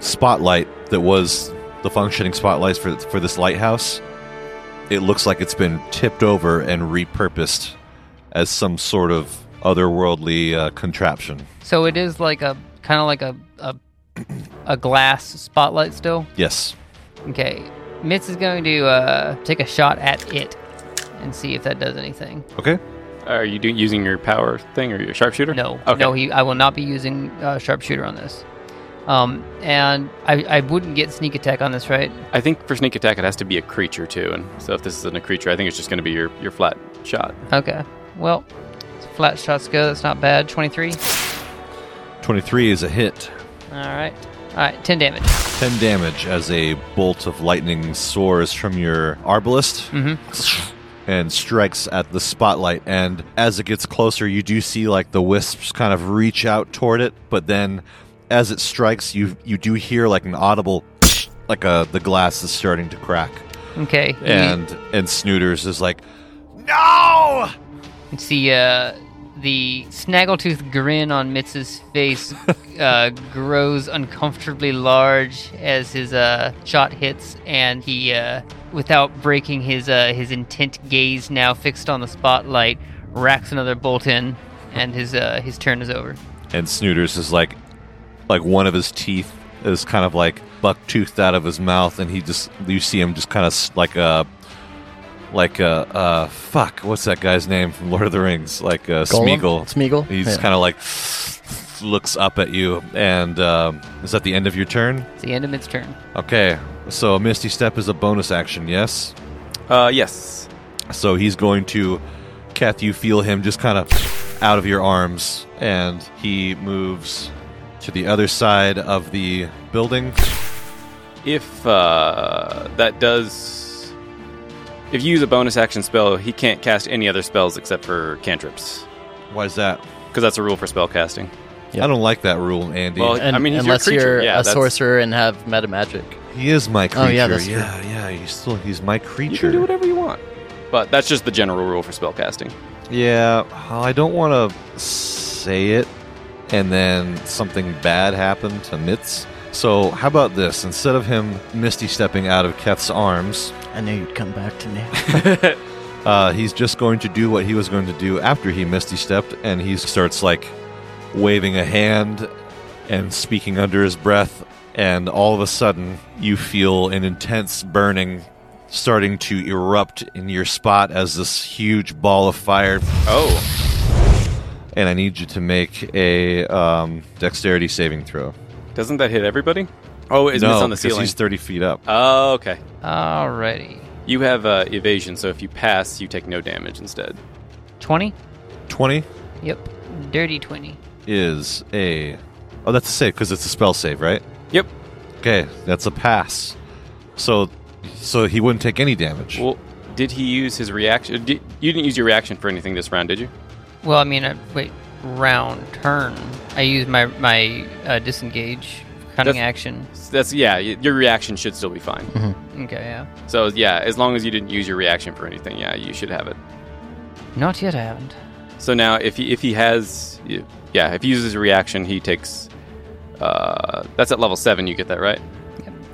Speaker 1: spotlight that was the functioning spotlights for for this lighthouse. It looks like it's been tipped over and repurposed as some sort of otherworldly uh, contraption.
Speaker 6: So it is like a kind of like a, a a glass spotlight still.
Speaker 1: Yes.
Speaker 6: Okay, Mitz is going to uh, take a shot at it and see if that does anything.
Speaker 1: Okay.
Speaker 3: Are you do, using your power thing or your sharpshooter?
Speaker 6: No,
Speaker 3: Okay.
Speaker 6: no, he. I will not be using uh, sharpshooter on this. Um, and I, I wouldn't get sneak attack on this, right?
Speaker 3: I think for sneak attack, it has to be a creature too. And so if this isn't a creature, I think it's just going to be your, your flat shot.
Speaker 6: Okay. Well, as flat shots go. That's not bad. 23.
Speaker 1: 23 is a hit.
Speaker 6: All right. All right. 10 damage.
Speaker 1: 10 damage as a bolt of lightning soars from your arbalist and strikes at the spotlight. And as it gets closer, you do see like the wisps kind of reach out toward it. But then as it strikes, you you do hear like an audible like a, the glass is starting to crack.
Speaker 6: Okay. you
Speaker 1: And and Snooters is like,
Speaker 8: No!
Speaker 6: can see uh, the snaggletooth grin on Mitz's face uh, grows uncomfortably large as his uh, shot hits, and he, uh, without breaking his uh, his intent gaze now fixed on the spotlight, racks another bolt in, and his uh, his turn is over.
Speaker 1: and Snooters is like, like one of his teeth is kind of like buck toothed out of his mouth, and he just you see him just kind of like a, like a uh, fuck, what's that guy's name from Lord of the Rings? Like uh,
Speaker 4: Golem?
Speaker 1: Smeagol.
Speaker 4: Smeagol?
Speaker 1: He's
Speaker 4: Yeah.
Speaker 1: kind of like looks up at you, and um, is that the end of your turn?
Speaker 6: It's the end of Mitz's turn.
Speaker 1: Okay, so a Misty Step is a bonus action, yes.
Speaker 3: Uh, yes.
Speaker 1: So he's going to, Kath, you feel him just kind of out of your arms, and he moves to the other side of the building.
Speaker 3: If uh, that does. If you use a bonus action spell, he can't cast any other spells except for cantrips.
Speaker 1: Why is that?
Speaker 3: Because that's a rule for spell casting.
Speaker 1: I don't like that rule, Andy.
Speaker 3: Well, I mean, he's your
Speaker 4: unless
Speaker 3: creature.
Speaker 4: you're
Speaker 3: Yeah,
Speaker 4: a
Speaker 3: that's-
Speaker 4: sorcerer and have meta magic.
Speaker 1: he is my creature.
Speaker 4: Oh, yeah, that's true.
Speaker 1: yeah, yeah. He's still he's my creature.
Speaker 3: You can do whatever you want. But that's just the general rule for spell casting.
Speaker 1: Yeah, oh, I don't want to say it, and then something bad happened to Mitz. So how about this? Instead of him misty stepping out of Keth's arms,
Speaker 4: I knew you'd come back to me.
Speaker 1: Uh, he's just going to do what he was going to do after he misty stepped, and he starts like waving a hand and speaking under his breath. And all of a sudden, you feel an intense burning starting to erupt in your spot as this huge ball of fire.
Speaker 3: Oh.
Speaker 1: And I need you to make a um, dexterity saving throw.
Speaker 3: Doesn't that hit everybody? Oh, it's
Speaker 1: no,
Speaker 3: on the
Speaker 1: 'cause
Speaker 3: ceiling.
Speaker 1: He's thirty feet up.
Speaker 3: Oh, okay.
Speaker 6: Alrighty.
Speaker 3: You have uh, evasion, so if you pass, you take no damage instead.
Speaker 6: 20?
Speaker 1: Twenty
Speaker 6: Yep. Dirty 20.
Speaker 1: is a. Oh, that's a save because it's a spell save, right?
Speaker 3: Yep.
Speaker 1: Okay, that's a pass. So, so he wouldn't take any damage.
Speaker 3: Well, did he use his reaction? Did, you didn't use your reaction for anything this round, did you?
Speaker 6: Well, I mean, uh, wait, round turn. I use my my uh, disengage cunning
Speaker 3: That's-
Speaker 6: action.
Speaker 3: So that's yeah. y- Your reaction should still be fine.
Speaker 1: Mm-hmm.
Speaker 6: Okay, yeah.
Speaker 3: So yeah, as long as you didn't use your reaction for anything, yeah, you should have it.
Speaker 6: Not yet, I haven't.
Speaker 3: So now, if he if he has, yeah, if he uses a reaction, he takes. Uh, that's at level seven. You get that right?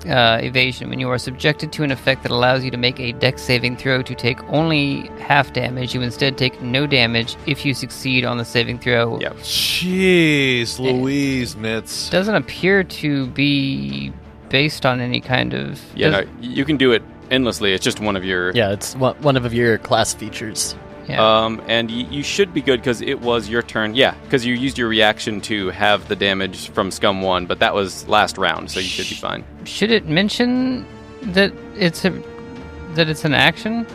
Speaker 6: Uh, evasion. When you are subjected to an effect that allows you to make a dex saving throw to take only half damage, you instead take no damage if you succeed on the saving throw.
Speaker 3: Yep.
Speaker 1: Jeez, Louise Mitz.
Speaker 6: Doesn't appear to be based on any kind of.
Speaker 3: Yeah. No,
Speaker 6: does-
Speaker 3: you can do it endlessly. It's just one of your.
Speaker 4: Yeah, it's one one of your class features.
Speaker 6: yeah.
Speaker 3: Um, and y- you should be good because it was your turn. Yeah, because you used your reaction to have the damage from Scum One, but that was last round, so you should be fine.
Speaker 6: Should it mention that it's a that it's an action?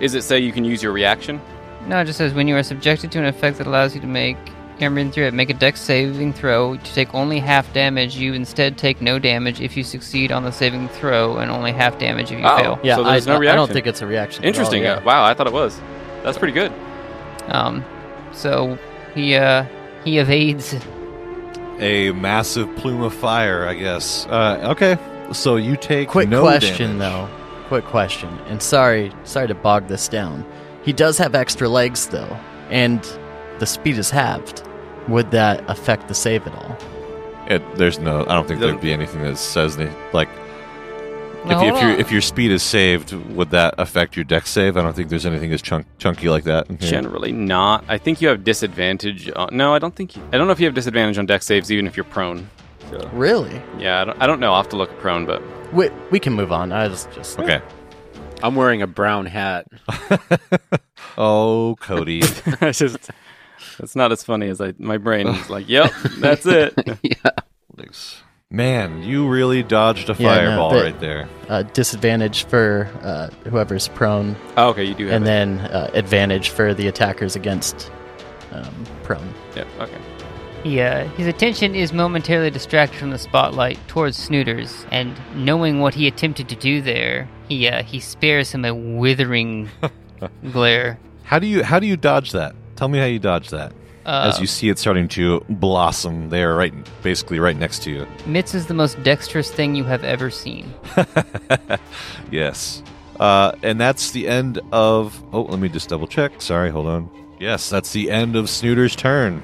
Speaker 3: Is it say you can use your reaction?
Speaker 6: No, it just says when you are subjected to an effect that allows you to make Ambient through it, make a dex saving throw to take only half damage. You instead take no damage if you succeed on the saving throw, and only half damage if you
Speaker 3: Oh.
Speaker 6: fail.
Speaker 4: Yeah,
Speaker 3: So
Speaker 4: I,
Speaker 3: there's no
Speaker 4: I don't
Speaker 3: reaction.
Speaker 4: think it's a reaction. at all,
Speaker 3: Interesting.
Speaker 4: yeah.
Speaker 3: Uh, wow, I thought it was. That's pretty good.
Speaker 6: Um, so he uh he evades.
Speaker 1: A massive plume of fire, I guess. Uh, okay, so you take
Speaker 4: Quick
Speaker 1: no
Speaker 4: question
Speaker 1: damage.
Speaker 4: though. Quick question. And sorry, sorry to bog this down. He does have extra legs though, and the speed is halved. Would that affect the save at all?
Speaker 1: It, there's no. I don't think
Speaker 3: Doesn't-
Speaker 1: there'd be anything that says any, like
Speaker 6: Now,
Speaker 1: if, you,
Speaker 6: hold
Speaker 1: if, your
Speaker 6: on.
Speaker 1: if your speed is saved, would that affect your deck save? I don't think there's anything as chunk, chunky like that. in here.
Speaker 3: Generally not. I think you have disadvantage. On, no, I don't think. You, I don't know if you have disadvantage on deck saves, even if you're prone.
Speaker 4: Really?
Speaker 3: Yeah, I don't, I don't know. I'll have to look at prone, but
Speaker 4: We, we can move on. I was just
Speaker 1: Okay.
Speaker 5: I'm wearing a brown hat.
Speaker 1: Oh, Cody.
Speaker 3: it's just it's not as funny as I. My brain is like, yep, that's it.
Speaker 1: Thanks. Man, you really dodged a
Speaker 9: Yeah,
Speaker 4: no,
Speaker 1: fireball
Speaker 4: but-
Speaker 1: right there.
Speaker 4: Uh, disadvantage for uh, whoever's prone,
Speaker 3: Oh, okay, you do have
Speaker 4: and
Speaker 3: it.
Speaker 4: then uh, advantage for the attackers against um, prone.
Speaker 3: Yep, okay.
Speaker 6: He, uh, his attention is momentarily distracted from the spotlight towards Snooters, and knowing what he attempted to do there, he uh, he spares him a withering glare.
Speaker 1: How do you how do you dodge that? Tell me how you dodge that.
Speaker 6: Uh,
Speaker 1: As you see it starting to blossom there, right, basically right next to you.
Speaker 6: Mitz is the most dexterous thing you have ever seen.
Speaker 1: Yes. Uh, and that's the end of. Oh, let me just double check. Sorry, hold on. Yes, that's the end of Snooter's turn.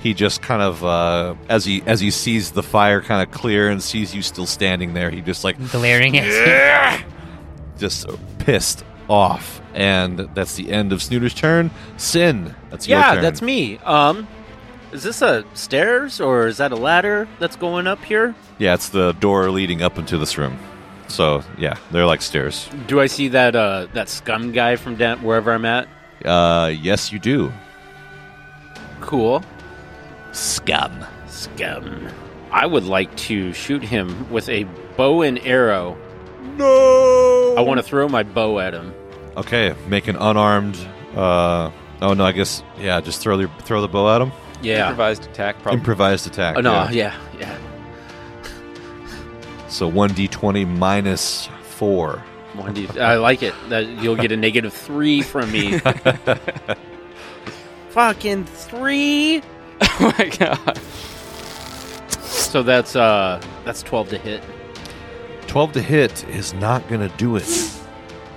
Speaker 1: He just kind of, uh, as he as he sees the fire kind of clear and sees you still standing there, he just like
Speaker 6: Glaring at you.
Speaker 1: just pissed off. And that's the end of Snooter's turn. Sin, that's your
Speaker 5: yeah,
Speaker 1: turn.
Speaker 5: that's me. Um, is this a stairs or is that a ladder that's going up here?
Speaker 1: Yeah, it's the door leading up into this room. So yeah, they're like stairs.
Speaker 5: Do I see that uh that scum guy from down wherever I'm at?
Speaker 1: Uh, yes, you do.
Speaker 5: Cool.
Speaker 1: Scum.
Speaker 5: Scum. I would like to shoot him with a bow and arrow. No. I want to throw my bow at him.
Speaker 1: Okay, make an unarmed. Uh, oh no, I guess yeah. Just throw the throw the bow at him.
Speaker 5: Yeah.
Speaker 3: Improvised attack, probably.
Speaker 1: Improvised attack.
Speaker 5: Oh, no.
Speaker 1: yeah.
Speaker 5: Yeah. Yeah.
Speaker 1: So one d20 minus four.
Speaker 5: One D- I like it. That you'll get a negative three from me. Fucking three.
Speaker 3: oh my god.
Speaker 5: So that's uh that's twelve to hit.
Speaker 1: Twelve to hit is not gonna do it.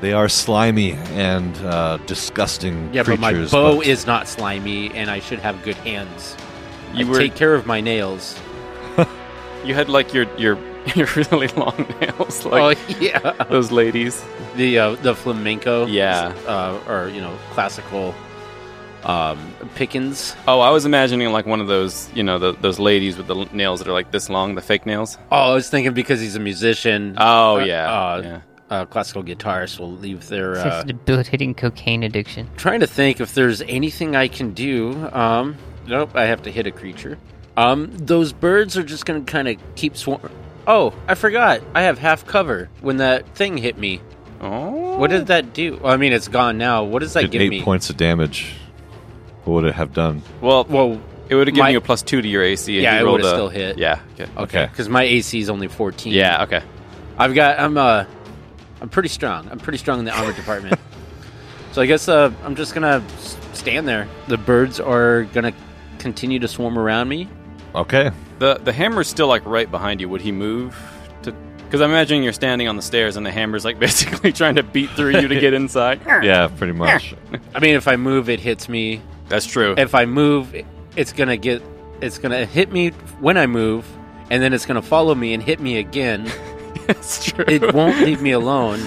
Speaker 1: They are slimy and uh, disgusting
Speaker 5: Yeah, but my
Speaker 1: creatures.
Speaker 5: bow
Speaker 1: but-
Speaker 5: is not slimy, and I should have good hands.
Speaker 3: You
Speaker 5: I
Speaker 3: were-
Speaker 5: take care of my nails.
Speaker 3: You had like your your your really long nails, like
Speaker 5: oh yeah,
Speaker 3: those ladies.
Speaker 5: the uh, the flamenco.
Speaker 3: Yeah.
Speaker 5: uh, or you know classical um, pickings.
Speaker 3: Oh, I was imagining like one of those, you know, tho- those ladies with the l- nails that are like this long, the fake nails.
Speaker 5: Oh, I was thinking because he's a musician.
Speaker 3: Oh
Speaker 5: Uh,
Speaker 3: yeah,
Speaker 5: uh,
Speaker 3: yeah.
Speaker 5: uh, classical guitarist will leave their.
Speaker 6: Such
Speaker 5: Uh,
Speaker 6: a debilitating cocaine addiction.
Speaker 5: trying to think if there's anything I can do. Um, nope, I have to hit a creature. Um, those birds are just gonna kind of keep swarm. Oh, I forgot. I have half cover when that thing hit me.
Speaker 3: Oh,
Speaker 5: What did that do? Well, I mean, it's gone now. What does that
Speaker 1: did
Speaker 5: give
Speaker 1: eight
Speaker 5: me?
Speaker 1: points of damage. What would it have done?
Speaker 3: well,
Speaker 5: Well,
Speaker 3: it would have given
Speaker 5: my-
Speaker 3: you a plus two to your AC. And
Speaker 5: Yeah,
Speaker 3: you
Speaker 5: it
Speaker 3: rolled
Speaker 5: would've
Speaker 3: a-
Speaker 5: still hit.
Speaker 3: Yeah, okay.
Speaker 1: Okay.
Speaker 5: because my AC is only 14.
Speaker 3: yeah, okay.
Speaker 5: I've got. I'm uh, I'm pretty strong. I'm pretty strong in the armor department. So I guess uh, I'm just gonna s- stand there. The birds are gonna continue to swarm around me.
Speaker 1: Okay.
Speaker 3: The the hammer's still like right behind you. Would he move to? Because I'm imagining you're standing on the stairs and the hammer's like basically trying to beat through you to get inside.
Speaker 1: Yeah, pretty much.
Speaker 5: I mean, if I move, it hits me.
Speaker 3: That's true.
Speaker 5: If I move, it- it's gonna get. It's gonna hit me when I move, and then it's gonna follow me and hit me again.
Speaker 3: That's true.
Speaker 5: It won't leave me alone.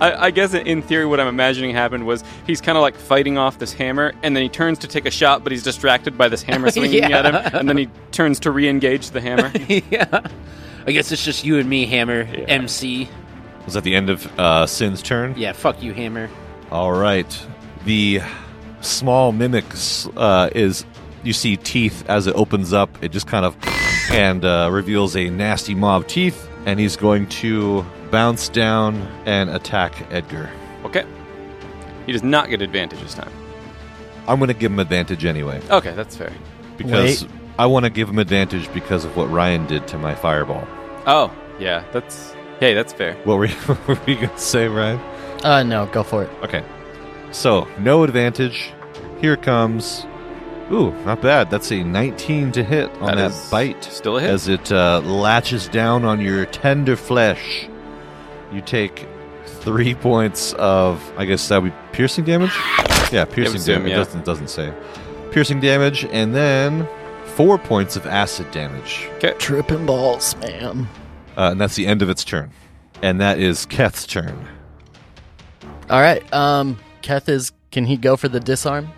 Speaker 3: I, I guess in theory, what I'm imagining happened was he's kind of like fighting off this hammer, and then he turns to take a shot, but he's distracted by this hammer swinging
Speaker 5: Yeah.
Speaker 3: at him, and then he turns to re-engage the hammer.
Speaker 5: yeah. I guess it's just you and me, Hammer. MC.
Speaker 1: Was that the end of uh, Sin's turn?
Speaker 5: Yeah, fuck you, Hammer.
Speaker 1: All right. The small mimic s- uh, is you see teeth as it opens up. It just kind of and uh, reveals a nasty mob of teeth, and he's going to bounce down and attack Edgar.
Speaker 3: Okay. He does not get advantage this time.
Speaker 1: I'm going to give him advantage anyway
Speaker 3: Okay, that's fair.
Speaker 1: because
Speaker 4: Wait.
Speaker 1: I want to give him advantage because of what Ryan did to my fireball.
Speaker 3: Oh, yeah, that's hey, that's fair.
Speaker 1: What were you, what were you going to say, Ryan?
Speaker 4: Uh, no, go for it.
Speaker 1: Okay. So, no advantage. Here comes. Ooh, not bad. That's a 19 to hit on
Speaker 3: That
Speaker 1: that,
Speaker 3: is
Speaker 1: bite.
Speaker 3: still a hit.
Speaker 1: As it uh, latches down on your tender flesh, you take three points of, I guess that would be piercing damage? Yeah, piercing
Speaker 3: assume,
Speaker 1: damage.
Speaker 3: yeah.
Speaker 1: It doesn't, doesn't say. Piercing damage, and then four points of acid damage.
Speaker 4: Tripping balls, man.
Speaker 1: Uh, and that's the end of its turn. And that is Keth's turn.
Speaker 4: All right. Um, Keth is. Can he go for the disarm?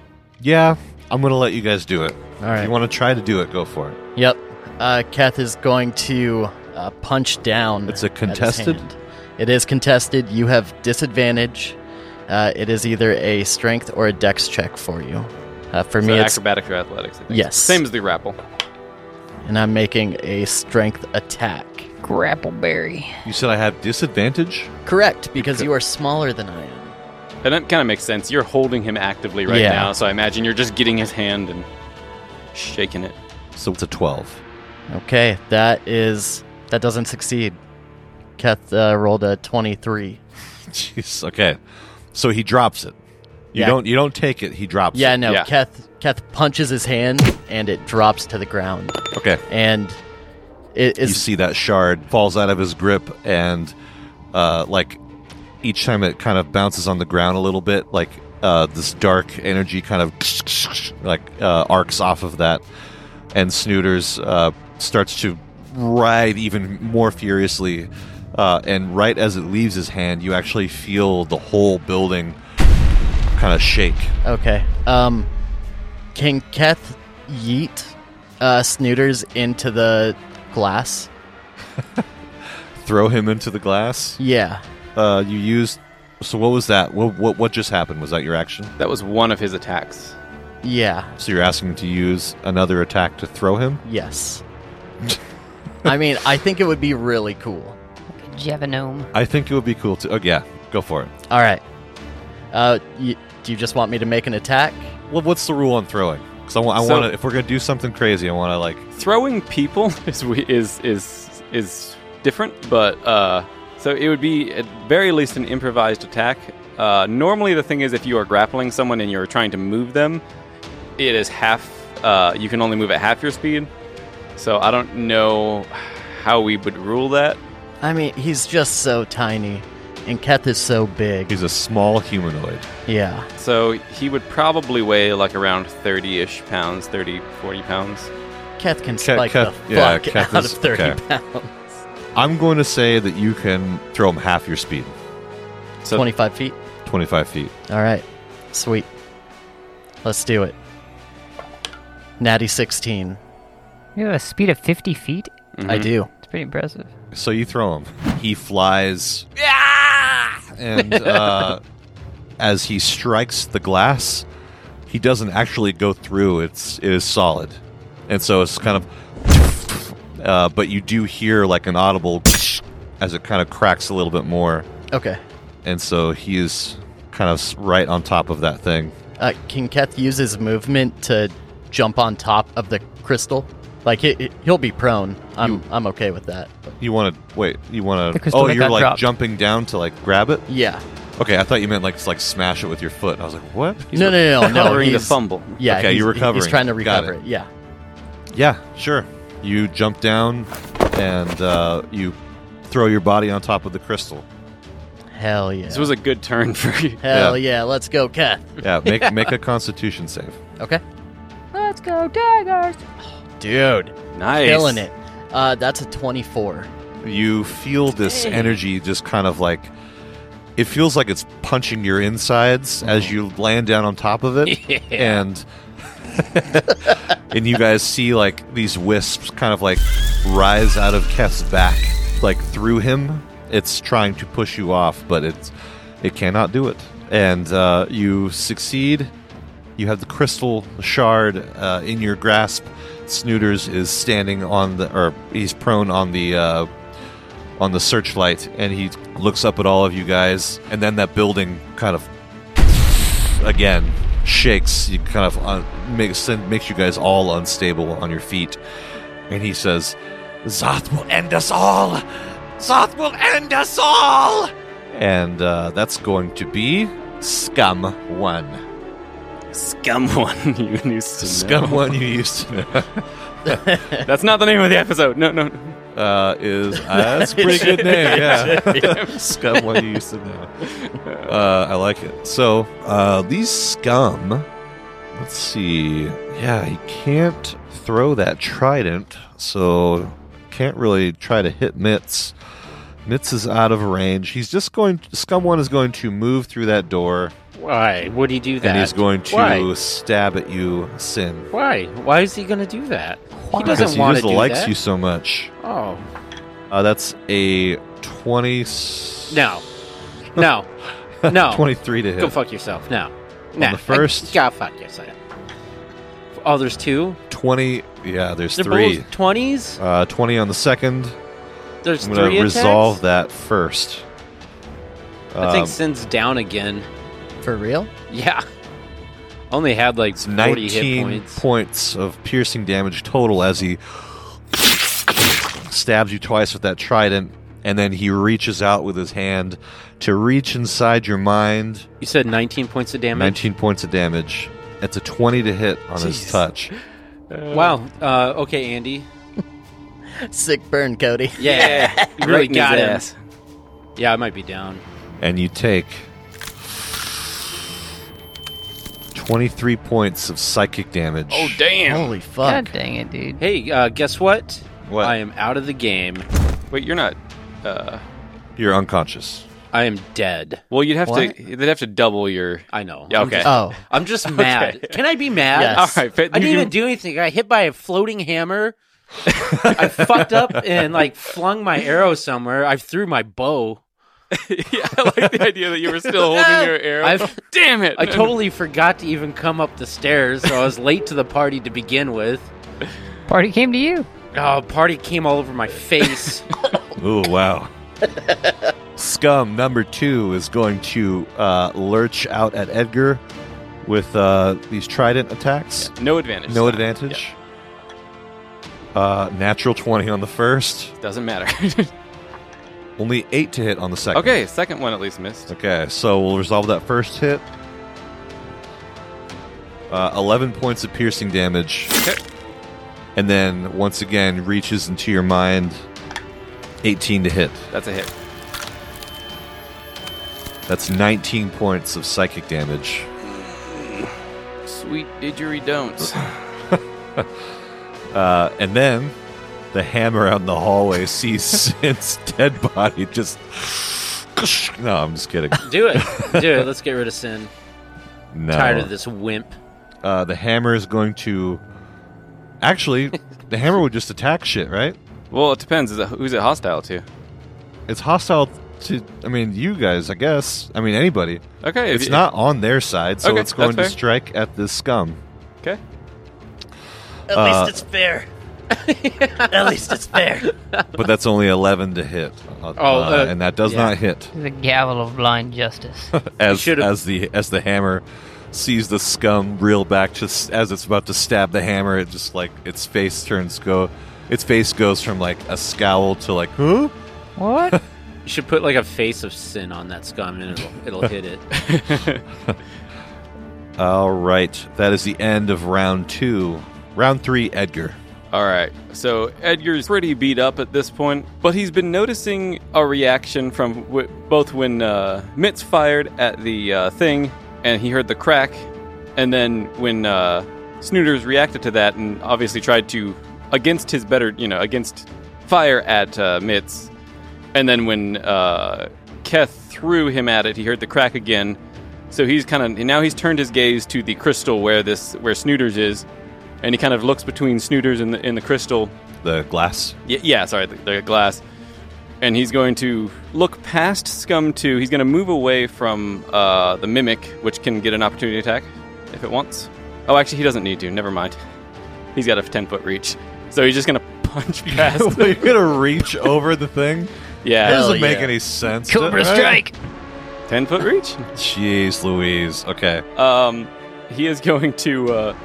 Speaker 1: Yeah, I'm going to let you guys do it.
Speaker 4: All right.
Speaker 1: If you want to try to do it, go for it.
Speaker 4: Yep. Uh, Keth is going to uh, punch down.
Speaker 1: It's a
Speaker 4: at his
Speaker 1: contested?
Speaker 4: hand. It is contested. You have disadvantage. Uh, it is either a strength or a dex check for you. Uh, for
Speaker 3: So
Speaker 4: me, it's
Speaker 3: acrobatics or athletics. I think.
Speaker 4: Yes.
Speaker 3: Same as the grapple.
Speaker 4: and I'm making a strength attack.
Speaker 6: Grappleberry.
Speaker 1: You said I have disadvantage?
Speaker 4: Correct, because you are smaller than I am.
Speaker 3: And that kind of makes sense. You're holding him actively right
Speaker 4: Yeah.
Speaker 3: now, so I imagine you're just getting his hand and shaking it.
Speaker 1: So it's a 12.
Speaker 4: Okay, that is that doesn't succeed. Keth uh, rolled a 23.
Speaker 1: Jeez. Okay. So he drops it. You
Speaker 4: Yeah.
Speaker 1: don't you don't take it, he drops
Speaker 4: Yeah,
Speaker 1: it.
Speaker 4: no.
Speaker 3: Yeah.
Speaker 4: Keth Keth punches his hand and it drops to the ground.
Speaker 1: Okay.
Speaker 4: And it
Speaker 1: you
Speaker 4: is
Speaker 1: see that shard falls out of his grip and uh, like each time it kind of bounces on the ground a little bit like uh, this dark energy kind of like uh, arcs off of that and snooters uh, starts to writhe even more furiously uh, and right as it leaves his hand you actually feel the whole building kind of shake
Speaker 4: okay. Um, can Keth yeet uh, Snooters into the glass?
Speaker 1: throw him into the glass
Speaker 4: Yeah.
Speaker 1: uh, you used so what was that what, what, what just happened was that your action
Speaker 3: That was one of his attacks.
Speaker 4: Yeah.
Speaker 1: So you're asking to use another attack to throw him?
Speaker 4: Yes. I mean, I think it would be really cool.
Speaker 6: Javanome.
Speaker 1: I think it would be cool to. Oh yeah, go for it.
Speaker 4: All right. Uh, y do you just want me to make an attack?
Speaker 1: Well, what's the rule on throwing? Because I, wa- I
Speaker 3: So-
Speaker 1: want to. If we're gonna do something crazy, I want to like.
Speaker 3: Throwing people is we- is is is different, but uh, so it would be at very least an improvised attack. Uh, normally, the thing is if you are grappling someone and you're trying to move them, it is half. Uh, you can only move at half your speed. So I don't know how we would rule that.
Speaker 4: I mean, he's just so tiny, and Keth is so big.
Speaker 1: He's a small humanoid.
Speaker 4: yeah.
Speaker 3: So he would probably weigh like around 30 ish pounds, 30, 40 pounds.
Speaker 4: Keth can
Speaker 1: Keth-
Speaker 4: spike
Speaker 1: Keth-
Speaker 4: the
Speaker 1: yeah,
Speaker 4: fuck
Speaker 1: Keth
Speaker 4: out
Speaker 1: is-
Speaker 4: of 30
Speaker 1: okay.
Speaker 4: pounds.
Speaker 1: I'm going to say that you can throw him half your speed,
Speaker 3: So
Speaker 4: 25 feet.
Speaker 1: 25 feet.
Speaker 4: All right. Sweet. Let's do it. Natty 16.
Speaker 6: You have a speed of 50 feet?
Speaker 1: Mm-hmm.
Speaker 4: I do.
Speaker 6: It's pretty impressive.
Speaker 1: So you throw him. He flies. And uh, as he strikes the glass, he doesn't actually go through. It's it is solid, and so it's kind of. Uh, but you do hear like an audible as it kind of cracks a little bit more,
Speaker 4: Okay.
Speaker 1: and so he is kind of s- right on top of that thing.
Speaker 4: Uh, can Keth use his movement to jump on top of the crystal? Like, he, he- he'll be prone. I'm, I'm okay with that. But
Speaker 1: You want to wait? You want
Speaker 6: The
Speaker 1: to?
Speaker 6: crystal
Speaker 1: Oh,
Speaker 6: that
Speaker 1: you're
Speaker 6: got
Speaker 1: like
Speaker 6: dropped.
Speaker 1: jumping down to like grab it.
Speaker 4: yeah.
Speaker 1: Okay, I thought you meant like s- like smash it with your foot. And I was like, what?
Speaker 4: no, no, no, no.
Speaker 3: Covering the
Speaker 4: he's-
Speaker 3: fumble.
Speaker 4: Yeah,
Speaker 1: Okay,
Speaker 4: he's,
Speaker 1: you're
Speaker 4: He's
Speaker 1: recovering.
Speaker 4: trying to
Speaker 1: Got
Speaker 4: recover
Speaker 1: it.
Speaker 4: it. Yeah.
Speaker 1: Yeah, sure. You jump down and uh, you throw your body on top of the crystal.
Speaker 4: Hell yeah.
Speaker 3: This was a good turn for you.
Speaker 4: Hell yeah. Let's go, Keth.
Speaker 1: Yeah, make make a Constitution save.
Speaker 4: Okay.
Speaker 6: Let's go, Tigers!
Speaker 4: Dude.
Speaker 3: Nice.
Speaker 4: Killing it. Uh, that's a 24.
Speaker 1: You feel this energy just kind of like it feels like it's punching your insides as you land down on top of it, and and you guys see like these wisps kind of like rise out of Keth's back, like through him. It's trying to push you off, but it's it cannot do it. And uh, you succeed. You have the crystal shard uh, in your grasp. Snooters is standing on the, or he's prone on the uh, on the searchlight, and he looks up at all of you guys. And then that building kind of again shakes. You kind of un- makes makes you guys all unstable on your feet. And he says,
Speaker 8: Zoth will end us all! Zoth will end us all!
Speaker 1: and uh, that's going to be scum one.
Speaker 3: Scum one. You used to
Speaker 1: Scum
Speaker 3: know.
Speaker 1: one you used to know.
Speaker 3: That's not the name of the episode. No, no. no.
Speaker 1: uh, is uh, that's a pretty good name, yeah. scum, what you used to know. Uh, I like it. So uh, these scum. Let's see. Yeah, he can't throw that trident, so can't really try to hit Mitz. Mitz is out of range. He's just going. Scum one is going to move through that door,
Speaker 5: Why would he do that?
Speaker 1: and he's going to
Speaker 5: Why?
Speaker 1: stab at you, Sin.
Speaker 5: Why? Why is he going to do that? He
Speaker 1: Because
Speaker 5: doesn't
Speaker 1: he
Speaker 5: want
Speaker 1: just
Speaker 5: to do
Speaker 1: likes
Speaker 5: that.
Speaker 1: you so much.
Speaker 5: Oh
Speaker 1: Uh, that's a twenty. s-
Speaker 5: no, no, no!
Speaker 1: 23 to hit.
Speaker 5: Go fuck yourself now.
Speaker 1: the first-
Speaker 5: go fuck yourself. Oh, there's two.
Speaker 1: 20. Yeah, there's
Speaker 5: They're
Speaker 1: three.
Speaker 5: both twenties.
Speaker 1: Uh, 20 on the second.
Speaker 5: There's
Speaker 1: I'm going
Speaker 5: three
Speaker 1: to resolve
Speaker 5: attacks?
Speaker 1: that first.
Speaker 5: I think
Speaker 1: Um,
Speaker 5: Sin's down again.
Speaker 4: For real?
Speaker 5: Yeah. Only had like
Speaker 1: It's
Speaker 5: 40 hit
Speaker 1: 19
Speaker 5: points.
Speaker 1: points. of piercing damage total as he stabs you twice with that trident, and then he reaches out with his hand to reach inside your mind.
Speaker 5: you said 19 points of damage?
Speaker 1: 19 points of damage. That's a 20 to hit on his touch.
Speaker 5: Wow. Uh, okay, Andy.
Speaker 4: Sick burn, Cody.
Speaker 5: Yeah. you really
Speaker 3: Right in his
Speaker 5: got him.
Speaker 3: ass.
Speaker 5: Yeah, I might be down.
Speaker 1: And you take 23 points of psychic damage.
Speaker 3: Oh damn!
Speaker 4: Holy
Speaker 6: God
Speaker 4: fuck.
Speaker 6: dang it, dude.
Speaker 5: Hey, uh, guess what?
Speaker 1: What?
Speaker 5: I am out of the game.
Speaker 3: Wait, you're not. Uh,
Speaker 1: You're unconscious.
Speaker 5: I am dead.
Speaker 3: well, you'd have
Speaker 4: What?
Speaker 3: to. They'd have to double your.
Speaker 5: I know.
Speaker 3: Yeah,
Speaker 5: I'm
Speaker 3: okay.
Speaker 5: just-
Speaker 4: Oh,
Speaker 5: I'm just mad. Can I be mad?
Speaker 4: Yes.
Speaker 3: All right, but
Speaker 5: I didn't
Speaker 3: you-
Speaker 5: even do anything. I got hit by a floating hammer. I fucked up and like flung my arrow somewhere. I threw my bow.
Speaker 3: yeah, I like the idea that you were still holding your arrow.
Speaker 5: I've-
Speaker 3: Damn it!
Speaker 5: I totally forgot to even come up the stairs, so I was late to the party to begin with.
Speaker 6: Party came to you.
Speaker 5: Oh, party came all over my face.
Speaker 1: Ooh, wow. Scum number two is going to uh, lurch out at Edgar with uh, these trident attacks.
Speaker 3: no advantage.
Speaker 1: No advantage. Uh, natural 20 on the first.
Speaker 3: Doesn't matter.
Speaker 1: Only 8 to hit on the second.
Speaker 3: okay, second one at least missed.
Speaker 1: Okay, so we'll resolve that first hit. Uh, 11 points of piercing damage.
Speaker 3: Okay.
Speaker 1: And then, once again, reaches into your mind. 18 to hit.
Speaker 3: That's a hit.
Speaker 1: That's 19 points of psychic damage.
Speaker 3: Sweet didgeridon'ts.
Speaker 1: Uh, and then the hammer out in the hallway sees Sin's dead body just. No, I'm just kidding.
Speaker 5: Do it. Do it. Let's get rid of Sin.
Speaker 1: No.
Speaker 5: Tired of this wimp.
Speaker 1: Uh, the hammer is going to. Actually, the hammer would just attack shit, right?
Speaker 3: well, it depends. Is it, who's it hostile to?
Speaker 1: It's hostile to. I mean, you guys, I guess. I mean, anybody.
Speaker 3: Okay, if
Speaker 1: It's
Speaker 3: you-
Speaker 1: not on their side, so
Speaker 3: Okay,
Speaker 1: it's going to
Speaker 3: that's fair.
Speaker 1: strike at this scum.
Speaker 3: Okay.
Speaker 4: at
Speaker 1: Uh,
Speaker 4: least it's fair. at least it's fair.
Speaker 1: But that's only 11 to hit. Uh,
Speaker 5: Oh,
Speaker 1: uh,
Speaker 5: uh,
Speaker 1: and that does
Speaker 5: yeah.
Speaker 1: not hit.
Speaker 6: The gavel of blind justice.
Speaker 1: as
Speaker 5: should've-
Speaker 1: as the as the hammer sees the scum reel back just as it's about to stab the hammer it just like its face turns go its face goes from like a scowl to like huh
Speaker 6: what?
Speaker 5: You should put like a face of Sin on that scum and it'll, it'll hit it.
Speaker 1: all right that is the end of round two round three edgar
Speaker 3: All right. So Edgar's pretty beat up at this point, but he's been noticing a reaction from w- both when uh, Mitz fired at the uh, thing and he heard the crack, and then when uh, Snooters reacted to that and obviously tried to, against his better, you know, against fire at uh, Mitz, and then when uh, Keth threw him at it, he heard the crack again. So he's kind of now he's turned his gaze to the crystal where this where Snooters is, and he kind of looks between Snooters and the in the crystal.
Speaker 1: the glass
Speaker 3: Y- yeah, sorry, the, the glass. And he's going to look past Scum Two. He's going to move away from uh, the Mimic, which can get an opportunity attack if it wants. Oh, actually, he doesn't need to. Never mind. He's got a ten foot reach, so he's just going to punch past.
Speaker 1: you're gonna reach over the thing that
Speaker 3: yeah,
Speaker 4: Hell
Speaker 1: doesn't make
Speaker 4: yeah.
Speaker 1: any sense
Speaker 6: Cobra
Speaker 1: right?
Speaker 6: strike.
Speaker 3: ten foot reach.
Speaker 1: jeez louise okay
Speaker 3: Um, he is going to. Uh,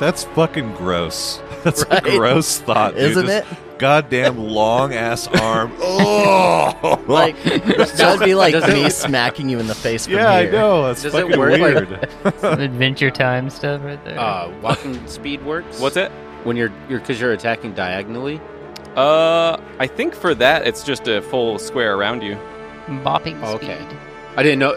Speaker 1: that's fucking gross that's
Speaker 4: Right?
Speaker 1: a gross thought Uh, dude.
Speaker 4: Isn't
Speaker 1: This
Speaker 4: it?
Speaker 1: goddamn long ass arm oh
Speaker 4: Like, that'd be like
Speaker 5: Does it-
Speaker 4: me smacking you in the face from
Speaker 1: Yeah,
Speaker 4: here.
Speaker 1: I know. That's
Speaker 5: Does it
Speaker 1: fucking
Speaker 5: work like-
Speaker 1: weird.
Speaker 6: Some Adventure Time stuff right there.
Speaker 5: Uh, walking speed works.
Speaker 3: what's it?
Speaker 5: When you're you're because you're attacking diagonally.
Speaker 3: Uh, I think for that it's just a full square around you.
Speaker 6: Bopping
Speaker 5: Oh,
Speaker 6: speed.
Speaker 5: okay. I didn't know.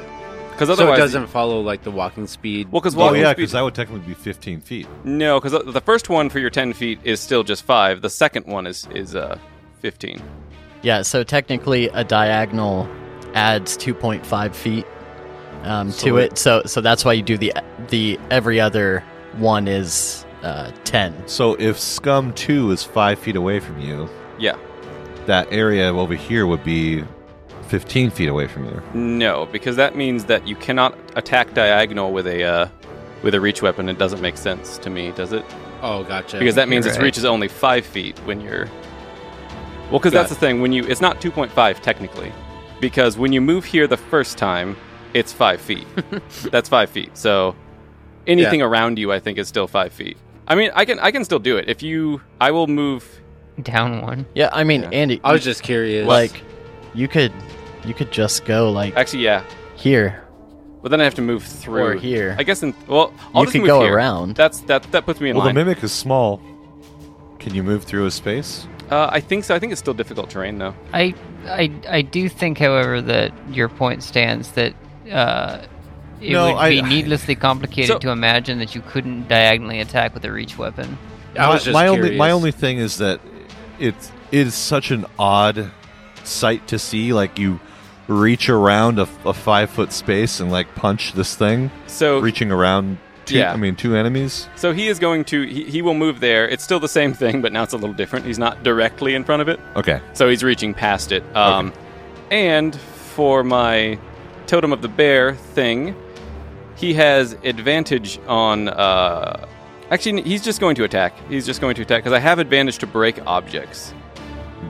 Speaker 3: Because
Speaker 5: So
Speaker 3: otherwise,
Speaker 5: it doesn't follow like the walking speed.
Speaker 3: Well, because
Speaker 1: oh
Speaker 3: walking
Speaker 1: yeah,
Speaker 3: speed.
Speaker 1: because that would technically be 15 feet.
Speaker 3: No, because the first one for your ten feet is still just five. The second one is is uh fifteen.
Speaker 4: Yeah, so technically a diagonal adds 2.5 feet um, to it. So so that's why you do the the every other one is uh, 10.
Speaker 1: So if Scum Two is five feet away from you,
Speaker 3: Yeah.
Speaker 1: that area over here would be 15 feet away from you.
Speaker 3: No, because that means that you cannot attack diagonal with a uh, with a reach weapon, it doesn't make sense to me, does it?
Speaker 5: Oh, gotcha.
Speaker 3: Because that means
Speaker 5: You're
Speaker 3: its
Speaker 5: right.
Speaker 3: reach is only five feet when you're. Well, because
Speaker 5: Got
Speaker 3: that's the thing. When you, it's not two point five technically, because when you move here the first time, it's five feet. that's five feet. So anything around you, I think, is still five feet. I mean, I can, I can still do it. If you, I will move.
Speaker 6: Down one.
Speaker 4: Yeah, I mean, Andy,
Speaker 5: I was just curious.
Speaker 4: like, you could, you could just go like
Speaker 3: Actually, yeah,
Speaker 4: here.
Speaker 3: but then I have to move through
Speaker 4: Or here.
Speaker 3: I guess. In, well, I'll
Speaker 4: You
Speaker 3: just
Speaker 4: could
Speaker 3: move
Speaker 4: go
Speaker 3: here.
Speaker 4: around.
Speaker 3: That's that. That puts me in
Speaker 1: Well, the
Speaker 3: line.
Speaker 1: mimic is small. Can you move through a space?
Speaker 3: uh, I think so. I think it's still difficult terrain though.
Speaker 6: I, I, I do think, however, that your point stands that uh, it
Speaker 1: No,
Speaker 6: would be
Speaker 1: I-
Speaker 6: needlessly complicated
Speaker 3: So-
Speaker 6: to imagine that you couldn't diagonally attack with a reach weapon.
Speaker 5: I was just
Speaker 1: my only
Speaker 5: curious.
Speaker 1: my only thing is that it it is such an odd sight to see. Like you reach around a, a five foot space and like punch this thing,
Speaker 3: So
Speaker 1: reaching around. Two,
Speaker 3: Yeah.
Speaker 1: I mean two enemies.
Speaker 3: So he is going to he, he will move there. It's still the same thing, but now it's a little different. He's not directly in front of it,
Speaker 1: Okay,
Speaker 3: so he's reaching past it. Um, And for my totem of the bear thing, he has advantage on. Uh, actually, he's just going to attack. He's just going to attack because I have advantage to break objects.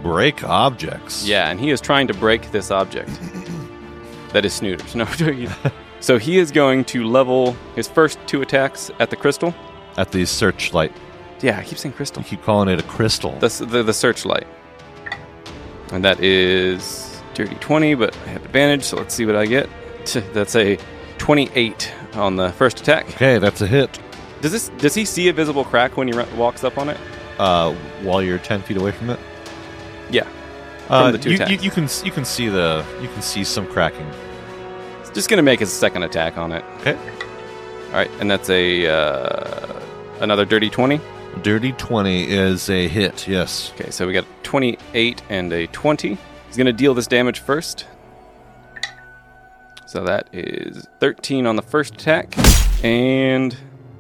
Speaker 1: break objects.
Speaker 3: Yeah, and he is trying to break this object. that is Snooters. No, he- so he is going to level his first two attacks at the crystal.
Speaker 1: At the searchlight,
Speaker 3: Yeah, I keep saying crystal.
Speaker 1: you keep calling it a crystal.
Speaker 3: the, the, the searchlight. And that is dirty 20, but I have advantage, so let's see what I get. T- That's a 28 on the first attack.
Speaker 1: okay, that's a hit.
Speaker 3: Does this does he see a visible crack when he ru- walks up on it?
Speaker 1: Uh, while you're ten feet away from it.
Speaker 3: Yeah.
Speaker 1: Uh,
Speaker 3: the two
Speaker 1: you, you,
Speaker 3: attacks.
Speaker 1: you can you can see the you can see some cracking.
Speaker 3: He's just going to make his second attack on it.
Speaker 1: Okay.
Speaker 3: All right, and that's a uh, another dirty 20.
Speaker 1: Dirty twenty is a hit. Yes.
Speaker 3: Okay, so we got 28 and a 20. He's going to deal this damage first. So that is 13 on the first attack and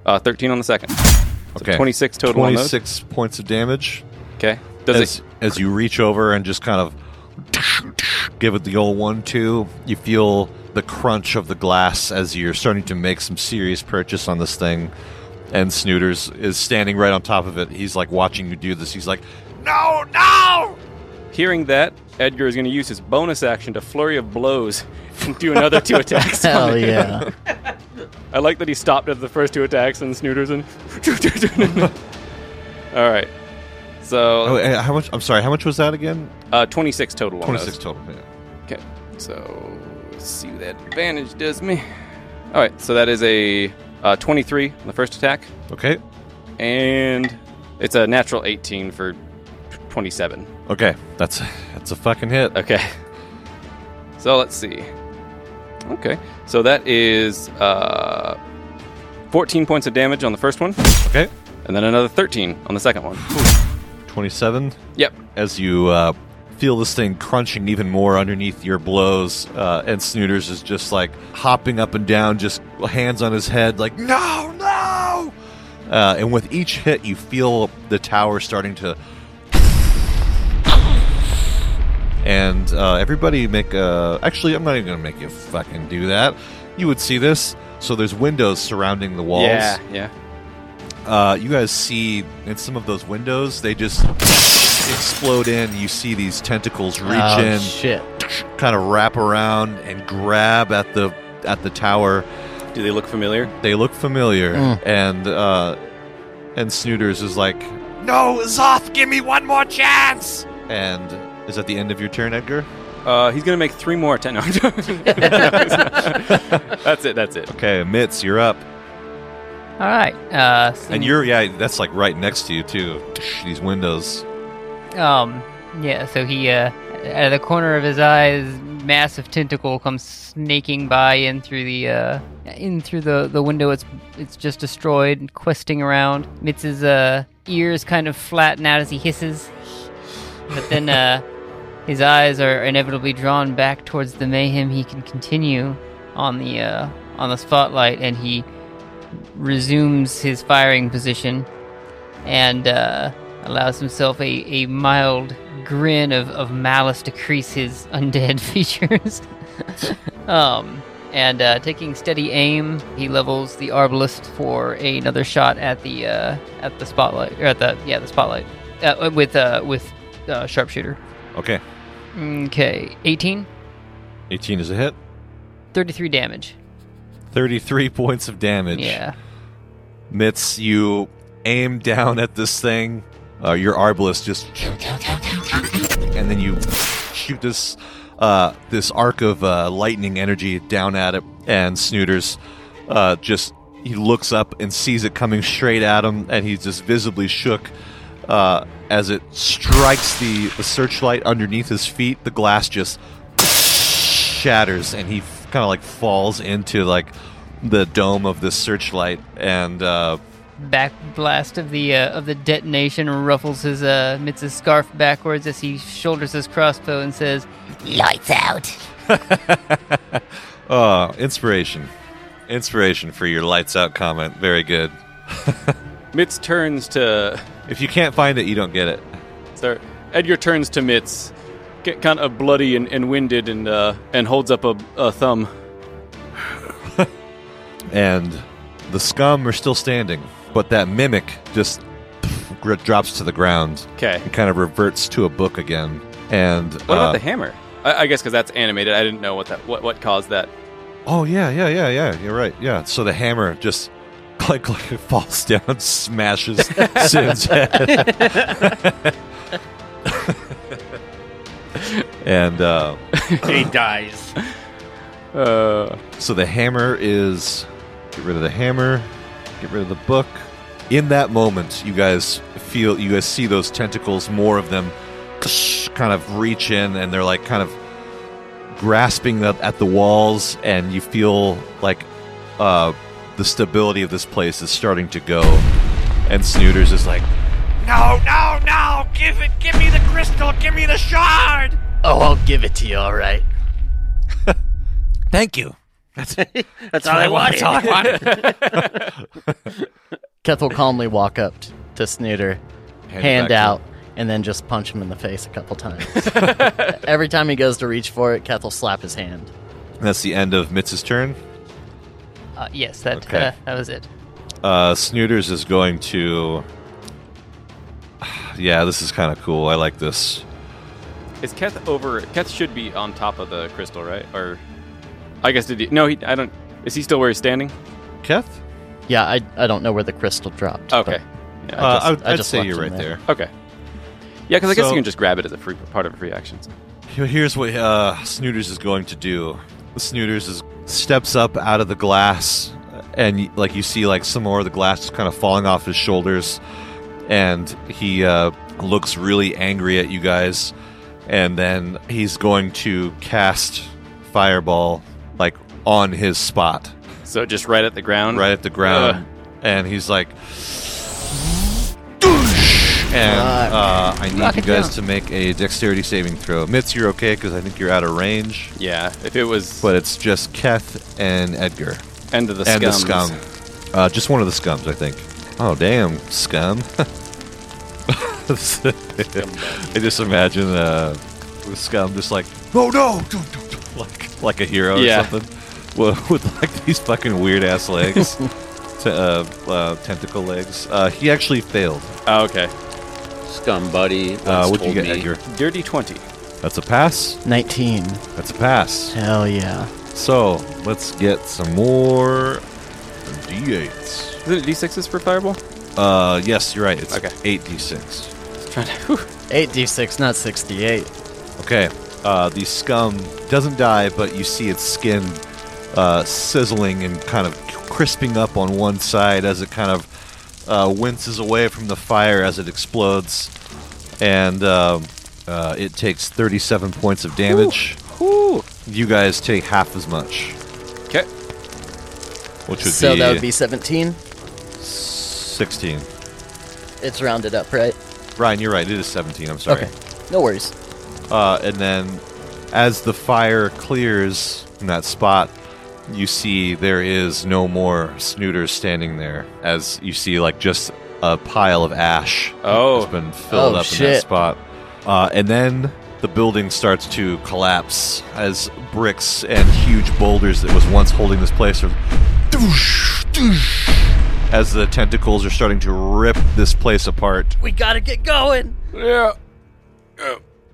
Speaker 3: uh, 13 on the second. So
Speaker 1: Okay.
Speaker 3: 26 total on those.
Speaker 1: 26 points of damage
Speaker 3: Okay. Does
Speaker 1: as,
Speaker 3: it
Speaker 1: as you reach over and just kind of give it the old one two you feel the crunch of the glass as you're starting to make some serious purchase on this thing and snooters is standing right on top of it he's like watching you do this he's like
Speaker 8: No,
Speaker 3: Oh.
Speaker 8: no!
Speaker 3: hearing that Edgar is going to use his bonus action to flurry of blows and do another two attacks. on
Speaker 4: Hell
Speaker 3: it.
Speaker 4: yeah!
Speaker 3: I like that he stopped at the first two attacks and snooters and All right.
Speaker 1: oh
Speaker 3: So
Speaker 1: eh, how much i'm sorry how much was that again
Speaker 3: uh, 26 total on those.
Speaker 1: 26 total yeah.
Speaker 3: Okay, so let's see what that advantage does me. All right, so that is a uh, 23 on the first attack,
Speaker 1: okay
Speaker 3: and it's a natural 18 for 27.
Speaker 1: okay that's that's a fucking hit
Speaker 3: Okay, so let's see. Okay, so that is uh, 14 points of damage on the first one,
Speaker 1: okay
Speaker 3: and then another 13 on the second one.
Speaker 1: 27
Speaker 3: Yep.
Speaker 1: as you uh, feel this thing crunching even more underneath your blows, uh, and Snooters is just like hopping up and down, just hands on his head, like, no, no! Uh, and with each hit, you feel the tower starting to. And uh, everybody make a. Actually, I'm not even going to make you fucking do that. You would see this. So there's windows surrounding the walls
Speaker 3: Yeah, yeah.
Speaker 1: uh, you guys see in some of those windows, they just explode in. You see these tentacles reach
Speaker 4: Oh,
Speaker 1: in,
Speaker 4: shit!
Speaker 1: kind of wrap around and grab at the at the tower.
Speaker 3: Do they look familiar?
Speaker 1: They look familiar,
Speaker 4: Mm.
Speaker 1: and uh, and Snooters is like,
Speaker 8: No, Zoth, give me one more chance!
Speaker 1: and is that the end of your turn, Edgar?
Speaker 3: Uh, he's gonna make three more attacks. No, that's it. That's it.
Speaker 1: Okay, Mitz, you're up,
Speaker 6: All right. Uh, so-
Speaker 1: and you're yeah, that's like right next to you too. These windows.
Speaker 6: Um, yeah, so he, uh, out of the corner of his eye, his massive tentacle comes snaking by in through the, uh, in through the, the window it's, it's just destroyed, and questing around. Mitz's, uh, ears kind of flatten out as he hisses. But then, uh, his eyes are inevitably drawn back towards the mayhem. He can continue on the, uh, on the spotlight and he resumes his firing position and uh, allows himself a, a mild grin of, of malice to crease his undead features. um, And uh, taking steady aim, he levels the arbalist for another shot at the uh, at the spotlight or at the yeah the spotlight uh, with uh, with uh, sharpshooter.
Speaker 1: Okay.
Speaker 6: Okay, 18,
Speaker 1: 18 is a hit.
Speaker 6: 33 damage.
Speaker 1: 33 points of damage.
Speaker 6: Yeah.
Speaker 1: Mitz, you aim down at this thing. Uh, your arbalist just, and then you shoot this uh, this arc of uh, lightning energy down at it. And Snooters uh, just he looks up and sees it coming straight at him, and he's just visibly shook uh, as it strikes the, the searchlight underneath his feet. The glass just shatters and he kind of like falls into like the dome of this searchlight and uh,
Speaker 6: Backblast of the uh, of the detonation ruffles his uh, Mitsu's scarf backwards as he shoulders his crossbow and says,
Speaker 10: Lights out.
Speaker 1: oh inspiration inspiration for your lights out comment very good
Speaker 3: Mitz turns to
Speaker 1: if you can't find it you don't get it
Speaker 3: Sir, Edgar turns to Mitz, get kind of bloody and, and winded, and uh, and holds up a, a thumb.
Speaker 1: and the scum are still standing but that mimic just gr- drops to the ground
Speaker 3: Okay.
Speaker 1: it kind of reverts to a book again and
Speaker 3: What about
Speaker 1: uh,
Speaker 3: the hammer? I, I guess because that's animated. I didn't know what that what, what caused that.
Speaker 1: Oh yeah, yeah, yeah, yeah. You're right. Yeah. So the hammer just click click it falls down, smashes Sin's head. and uh,
Speaker 5: he dies.
Speaker 3: Uh,
Speaker 1: so the hammer is get rid of the hammer, get rid of the book. In that moment, you guys feel you guys see those tentacles, more of them kind of reach in and they're like kind of grasping the, at the walls and you feel like uh, the stability of this place is starting to go and snooters is like
Speaker 8: No, no, no! Give it! Give me the crystal! Give me the shard!
Speaker 4: Oh, I'll give it to you, all right.
Speaker 8: Thank you.
Speaker 5: That's all I wanted.
Speaker 4: Keth will calmly walk up t- to Snooter,
Speaker 1: it back
Speaker 4: hand
Speaker 1: to
Speaker 4: out, and then just punch him in the face a couple times. Every time he goes to reach for it, Keth will slap his hand.
Speaker 1: that's the end of mitz's turn
Speaker 6: uh, "Yes, that
Speaker 1: Okay.
Speaker 6: uh, that was it."
Speaker 1: uh, Snooters is going to. Yeah, this is kind of cool. I like this.
Speaker 3: is Keth over? Keth should be on top of the crystal, right? Or I guess did he? No, he. I don't. Is he still where he's standing?
Speaker 1: Keth?
Speaker 4: Yeah, I, I don't know where the crystal dropped. but
Speaker 3: Okay.
Speaker 4: I
Speaker 1: Uh,
Speaker 4: just-
Speaker 1: I would,
Speaker 4: I
Speaker 1: I'd
Speaker 4: just
Speaker 1: say
Speaker 4: left
Speaker 1: you're
Speaker 4: him
Speaker 1: right there.
Speaker 3: Okay. Yeah, because I guess
Speaker 1: So-
Speaker 3: you can just grab it as a free part of a free action.
Speaker 1: Here- Here's what uh, Snooters is going to do. Snooters is steps up out of the glass, and y- like you see, like some more of the glass is kind of falling off his shoulders, and he uh, looks really angry at you guys, and then he's going to cast fireball like on his spot.
Speaker 3: So just right at the ground.
Speaker 1: right at the ground, and he's like, and uh, I need
Speaker 6: Knock
Speaker 1: you
Speaker 6: it
Speaker 1: guys
Speaker 6: down.
Speaker 1: to make a dexterity saving throw. Mitz, you're okay because I think you're out of range,
Speaker 3: Yeah. If it was
Speaker 1: but it's just Keth and Edgar
Speaker 3: end of the
Speaker 1: and
Speaker 3: scums.
Speaker 1: the scum, uh, just one of the scums, I think. Oh damn, scum! I just imagine uh, the scum just like, oh no, don't, don't, don't," like like a hero
Speaker 3: Yeah.
Speaker 1: or something, with, with like these fucking weird ass legs, t- uh, uh, tentacle legs. Uh, he actually failed.
Speaker 3: Oh, okay.
Speaker 5: Scum buddy. once
Speaker 1: Uh, what'd you
Speaker 5: told
Speaker 1: get,
Speaker 5: me-
Speaker 1: Edgar?
Speaker 3: Dirty twenty.
Speaker 1: That's a pass.
Speaker 4: 19.
Speaker 1: That's a pass.
Speaker 4: Hell yeah.
Speaker 1: So let's get some more d8s.
Speaker 3: Is it d6s for fireball?
Speaker 1: Uh, yes, you're right. It's
Speaker 3: Okay.
Speaker 1: eight d6.
Speaker 3: Trying to.
Speaker 4: 8d6, not 68.
Speaker 1: Okay. Uh, the scum doesn't die, but you see its skin uh, sizzling and kind of crisping up on one side as it kind of uh, winces away from the fire as it explodes. And um uh, it takes 37 points of damage. You guys take half as much,
Speaker 3: Okay.
Speaker 1: which would
Speaker 4: So
Speaker 1: be,
Speaker 4: that would be 17.
Speaker 1: 16.
Speaker 4: It's rounded up, right?
Speaker 1: Ryan, you're right. It is 17. I'm sorry.
Speaker 4: Okay. No worries.
Speaker 1: Uh, and then, as the fire clears in that spot, you see there is no more snooters standing there. As you see, like just a pile of ash
Speaker 3: Oh.
Speaker 1: has been filled
Speaker 4: Oh,
Speaker 1: up in that
Speaker 4: shit.
Speaker 1: spot. Uh, and then The building starts to collapse as bricks and huge boulders that was once holding this place are. Doosh, doosh, as the tentacles are starting to rip this place apart.
Speaker 4: We gotta get going.
Speaker 5: Yeah.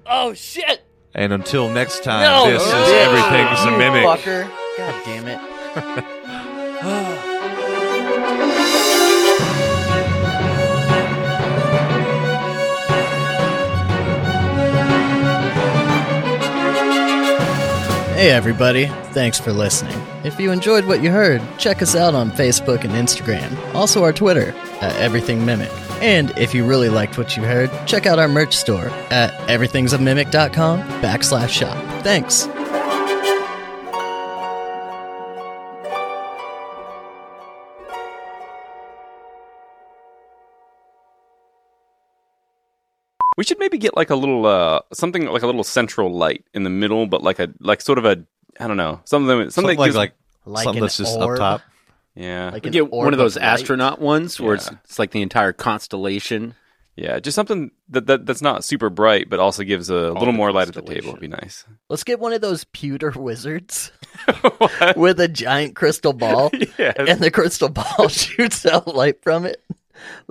Speaker 4: Oh shit!
Speaker 1: And until next time,
Speaker 4: No.
Speaker 1: this
Speaker 4: No.
Speaker 1: is Everything's a Mimic.
Speaker 4: Fucker. God damn it. Hey everybody, thanks for listening. If you enjoyed what you heard, check us out on Facebook and Instagram, also our Twitter at Everything Mimic. And if you really liked what you heard, check out our merch store at everythingsamimic.com backslash shop. Thanks.
Speaker 3: We should maybe get like a little uh something like a little central light in the middle, but like a like sort of a I don't know something something,
Speaker 1: Something like,
Speaker 3: gives-
Speaker 1: like
Speaker 4: Like
Speaker 1: something
Speaker 4: an
Speaker 1: that's just
Speaker 4: orb.
Speaker 1: up top.
Speaker 3: yeah
Speaker 4: Like
Speaker 5: We
Speaker 4: an
Speaker 5: get one
Speaker 4: orb
Speaker 5: of those
Speaker 4: light.
Speaker 5: astronaut ones where it's,
Speaker 3: Yeah.
Speaker 5: it's like the entire constellation.
Speaker 3: yeah just something that, that that's not super bright but also gives a
Speaker 4: Oh,
Speaker 3: little
Speaker 5: the
Speaker 3: more light at the table
Speaker 5: constellation.
Speaker 3: would be nice.
Speaker 4: Let's get one of those pewter wizards with a giant crystal ball,
Speaker 3: Yeah,
Speaker 4: and the crystal ball shoots out light from it.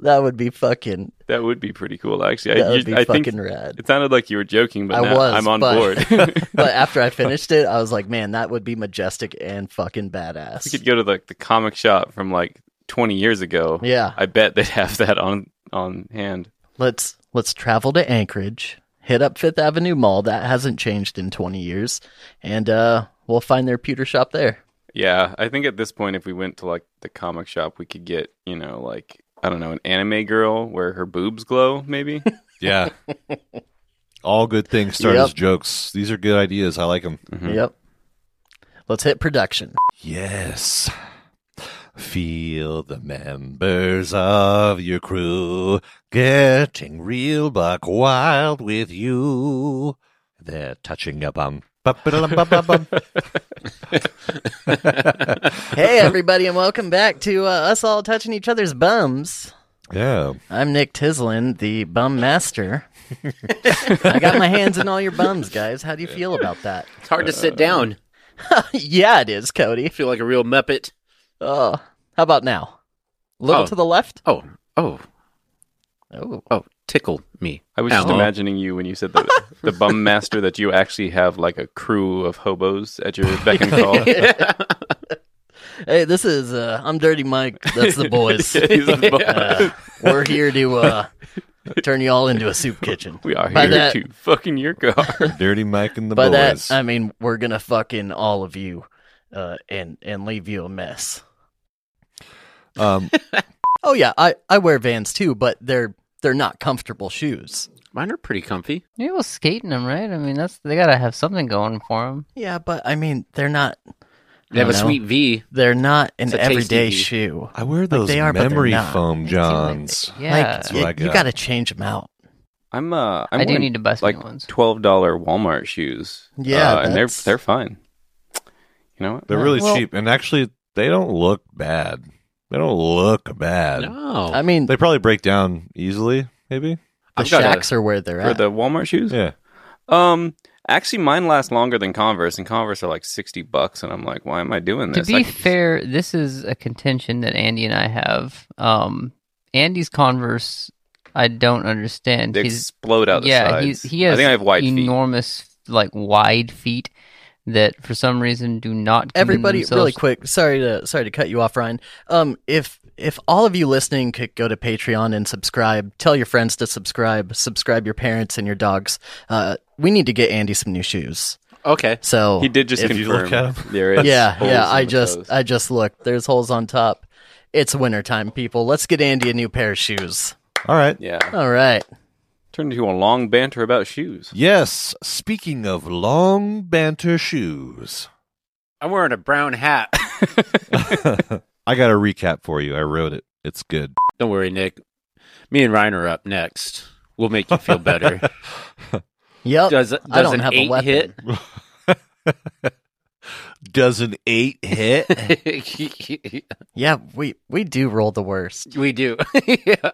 Speaker 4: That would be fucking.
Speaker 3: that would be pretty cool actually.
Speaker 4: That
Speaker 3: I,
Speaker 4: would
Speaker 3: Uh, you-
Speaker 4: be
Speaker 3: I
Speaker 4: fucking
Speaker 3: think
Speaker 4: rad.
Speaker 3: it sounded like you were joking, but
Speaker 4: I
Speaker 3: now
Speaker 4: was.
Speaker 3: I'm on
Speaker 4: but,
Speaker 3: board.
Speaker 4: but after I finished it, I was like, man, that would be majestic and fucking badass.
Speaker 3: you could go to like the comic shop from like 20 years ago.
Speaker 4: yeah,
Speaker 3: I bet they'd have that on on hand.
Speaker 4: let's let's travel to Anchorage, hit up Fifth Avenue Mall that hasn't changed in twenty years, and uh, we'll find their pewter shop there.
Speaker 3: Yeah, I think at this point, if we went to like the comic shop, we could get you know like I don't know an anime girl where her boobs glow. Maybe
Speaker 1: Yeah. All good things start
Speaker 4: Yep.
Speaker 1: as jokes. These are good ideas. I like them.
Speaker 3: Mm-hmm.
Speaker 4: Yep. Let's hit production.
Speaker 1: Yes. Feel the members of your crew getting real buck wild with you. They're touching your bum. Ba-ba-da-dum-ba-ba-bum.
Speaker 4: hey everybody and welcome back to uh, us all touching each other's bums
Speaker 1: yeah.
Speaker 4: i'm nick tislin the bum master i got my hands in all your bums guys how do you feel about that
Speaker 5: It's hard to sit down.
Speaker 4: yeah it is cody
Speaker 5: Uh, I feel like a real muppet.
Speaker 4: oh how about now little
Speaker 5: Oh.
Speaker 4: to the left
Speaker 5: Oh, oh,
Speaker 4: oh
Speaker 5: oh! Tickle me. Oh,
Speaker 3: I was just
Speaker 5: Ow.
Speaker 3: imagining you when you said the the bum master that you actually have like a crew of hobos at your beck and call.
Speaker 4: hey this is uh i'm dirty mike that's the boys
Speaker 3: He's a bum.
Speaker 4: uh, we're here to uh turn you all into a soup kitchen
Speaker 3: We are
Speaker 4: By
Speaker 3: here
Speaker 4: that-
Speaker 3: to fucking your car.
Speaker 1: Dirty Mike and the
Speaker 4: by
Speaker 1: boys.
Speaker 4: that i mean we're gonna fucking all of you uh and and leave you a mess
Speaker 1: um,
Speaker 4: Oh yeah, I, I wear Vans too, but they're they're not comfortable shoes.
Speaker 5: Mine are pretty comfy.
Speaker 6: Maybe we'll skate in them, right? I mean, that's they gotta have something going for them.
Speaker 4: Yeah, but I mean they're not
Speaker 5: They have
Speaker 4: I
Speaker 5: a
Speaker 4: don't know.
Speaker 5: sweet V.
Speaker 4: they're not an
Speaker 5: It's a tasty
Speaker 4: everyday
Speaker 5: V.
Speaker 4: shoe.
Speaker 1: I wear those
Speaker 4: they are, but they're
Speaker 1: memory
Speaker 4: not.
Speaker 1: foam Johns.
Speaker 6: Yeah,
Speaker 4: like
Speaker 1: what I
Speaker 4: you, you
Speaker 1: got.
Speaker 4: got to change them out.
Speaker 3: I'm uh
Speaker 6: I
Speaker 3: I'm
Speaker 6: do
Speaker 3: wearing,
Speaker 6: need to buy some
Speaker 3: like
Speaker 6: new ones.
Speaker 3: twelve dollar Walmart shoes.
Speaker 4: Yeah,
Speaker 3: uh, and they're
Speaker 4: that's-
Speaker 3: they're fine. You know what?
Speaker 1: They're really
Speaker 6: Well-
Speaker 1: cheap. And actually, they don't look bad. They don't look bad.
Speaker 5: No,
Speaker 4: I mean,
Speaker 1: They probably break down easily, maybe.
Speaker 4: the
Speaker 5: I've got a-
Speaker 4: shacks are where they're
Speaker 3: For
Speaker 4: at.
Speaker 3: the Walmart shoes?
Speaker 1: Yeah.
Speaker 3: Um, actually, mine last longer than Converse, and Converse are like sixty bucks, and I'm like, why am I doing
Speaker 6: To
Speaker 3: this? I
Speaker 6: be
Speaker 3: could just-
Speaker 6: fair, this is a contention that Andy and I have. Um, Andy's Converse, I don't understand.
Speaker 3: they
Speaker 6: He's
Speaker 3: explode out the
Speaker 6: yeah,
Speaker 3: sides.
Speaker 6: he's he has
Speaker 3: I think I have wide feet.
Speaker 6: enormous like wide feet that for some reason do not. contain
Speaker 4: Everybody,
Speaker 6: themselves
Speaker 4: really quick. Sorry to sorry to cut you off, Ryan. Um, if if all of you listening could go to Patreon and subscribe, tell your friends to subscribe, subscribe your parents and your dogs. Uh, we need to get Andy some new shoes.
Speaker 5: okay.
Speaker 4: So
Speaker 3: He did just
Speaker 4: if-
Speaker 3: confirm.
Speaker 1: look at
Speaker 3: There is
Speaker 4: yeah,
Speaker 3: holes
Speaker 4: yeah.
Speaker 3: in
Speaker 4: I
Speaker 3: the
Speaker 4: just
Speaker 3: toes.
Speaker 4: I just looked. There's holes on top. It's wintertime, people. Let's get Andy a new pair of shoes.
Speaker 1: All right.
Speaker 3: yeah
Speaker 4: All right.
Speaker 3: turned into a long banter about shoes.
Speaker 1: Yes, speaking of long banter shoes,
Speaker 5: I'm wearing a brown hat.
Speaker 1: I got a recap for you. I wrote it. It's good.
Speaker 5: Don't worry, Nick. Me and Ryan are up next. We'll make you feel better.
Speaker 4: Yep.
Speaker 5: Does, does
Speaker 4: I don't
Speaker 5: an
Speaker 4: have a
Speaker 5: eight
Speaker 4: weapon.
Speaker 5: hit?
Speaker 2: Does an eight hit?
Speaker 4: Yeah, we we do roll the worst.
Speaker 5: we do. yeah.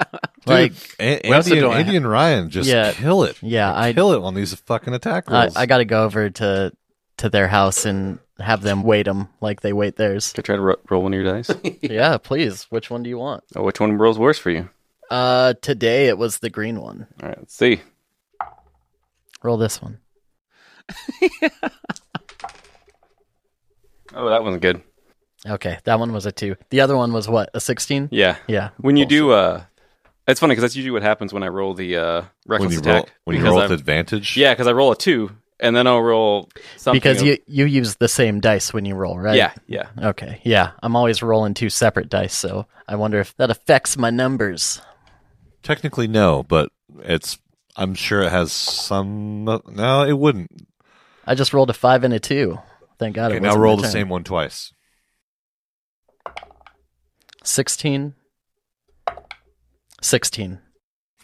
Speaker 4: Like
Speaker 1: A-
Speaker 5: We also
Speaker 1: Andy, and,
Speaker 5: don't
Speaker 1: Andy and Ryan just
Speaker 4: Yeah.
Speaker 1: kill it.
Speaker 4: yeah, I
Speaker 1: kill it on these fucking attack
Speaker 4: I,
Speaker 1: rolls.
Speaker 4: I got to go over to to their house and have them wait them like they wait theirs.
Speaker 3: Can I try to ro- roll one of your dice?
Speaker 4: yeah, please. Which one do you want?
Speaker 3: oh, which one rolls worse for you?
Speaker 4: Uh, today it was the green one.
Speaker 3: All right, let's see.
Speaker 4: Roll this one.
Speaker 3: Oh, that one's good.
Speaker 4: Okay, that one was a two. The other one was what? A sixteen?
Speaker 3: Yeah.
Speaker 4: Yeah.
Speaker 3: When you do, uh, it's funny because that's usually what happens when I roll the uh, reckless
Speaker 1: when you
Speaker 3: attack.
Speaker 1: roll, when you
Speaker 3: because
Speaker 1: roll
Speaker 3: I'm-
Speaker 1: with advantage.
Speaker 3: yeah, because I roll a two and then I'll roll something.
Speaker 4: Because
Speaker 3: of-
Speaker 4: you you use the same dice when you roll, right?
Speaker 3: yeah, yeah.
Speaker 4: Okay. Yeah, I'm always rolling two separate dice, so I wonder if that affects my numbers.
Speaker 1: Technically, no, but it's. I'm sure it has some. No, it wouldn't.
Speaker 4: I just rolled a five and a two. Thank God.
Speaker 1: Okay,
Speaker 4: it
Speaker 1: now
Speaker 4: wasn't
Speaker 1: roll
Speaker 4: my
Speaker 1: the
Speaker 4: turn.
Speaker 1: same one twice.
Speaker 4: Sixteen. Sixteen.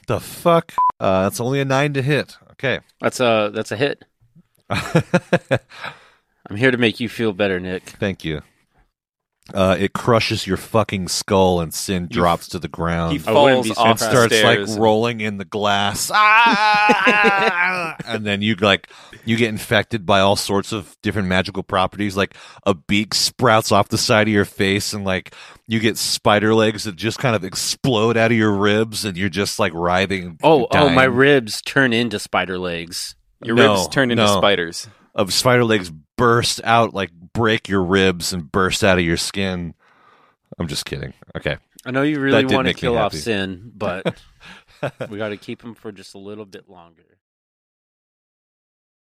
Speaker 1: The fuck? Uh, that's only a nine to hit. Okay.
Speaker 5: That's a that's a hit. I'm here to make you feel better, Nick.
Speaker 1: Thank you. Uh, it crushes your fucking skull and Sin drops to the
Speaker 3: He
Speaker 1: ground.
Speaker 5: wouldn't
Speaker 3: falls
Speaker 5: be
Speaker 3: off
Speaker 1: and
Speaker 5: surprised.
Speaker 3: the
Speaker 1: starts
Speaker 3: stairs.
Speaker 1: like rolling in the glass. Ah! and then you like you get infected by all sorts of different magical properties. Like a beak sprouts off the side of your face, and like you get spider legs that just kind of explode out of your ribs, and you're just like writhing. and
Speaker 5: Oh, oh,
Speaker 1: dying.
Speaker 5: my ribs turn into spider legs.
Speaker 3: Your
Speaker 1: No,
Speaker 3: ribs turned into
Speaker 1: no.
Speaker 3: spiders.
Speaker 1: of spider legs burst out, like break your ribs and burst out of your skin. I'm just kidding. Okay.
Speaker 5: I know you really
Speaker 1: That did
Speaker 5: want to
Speaker 1: make me
Speaker 5: kill off
Speaker 1: happy.
Speaker 5: Sin, but we got to keep him for just a little bit longer.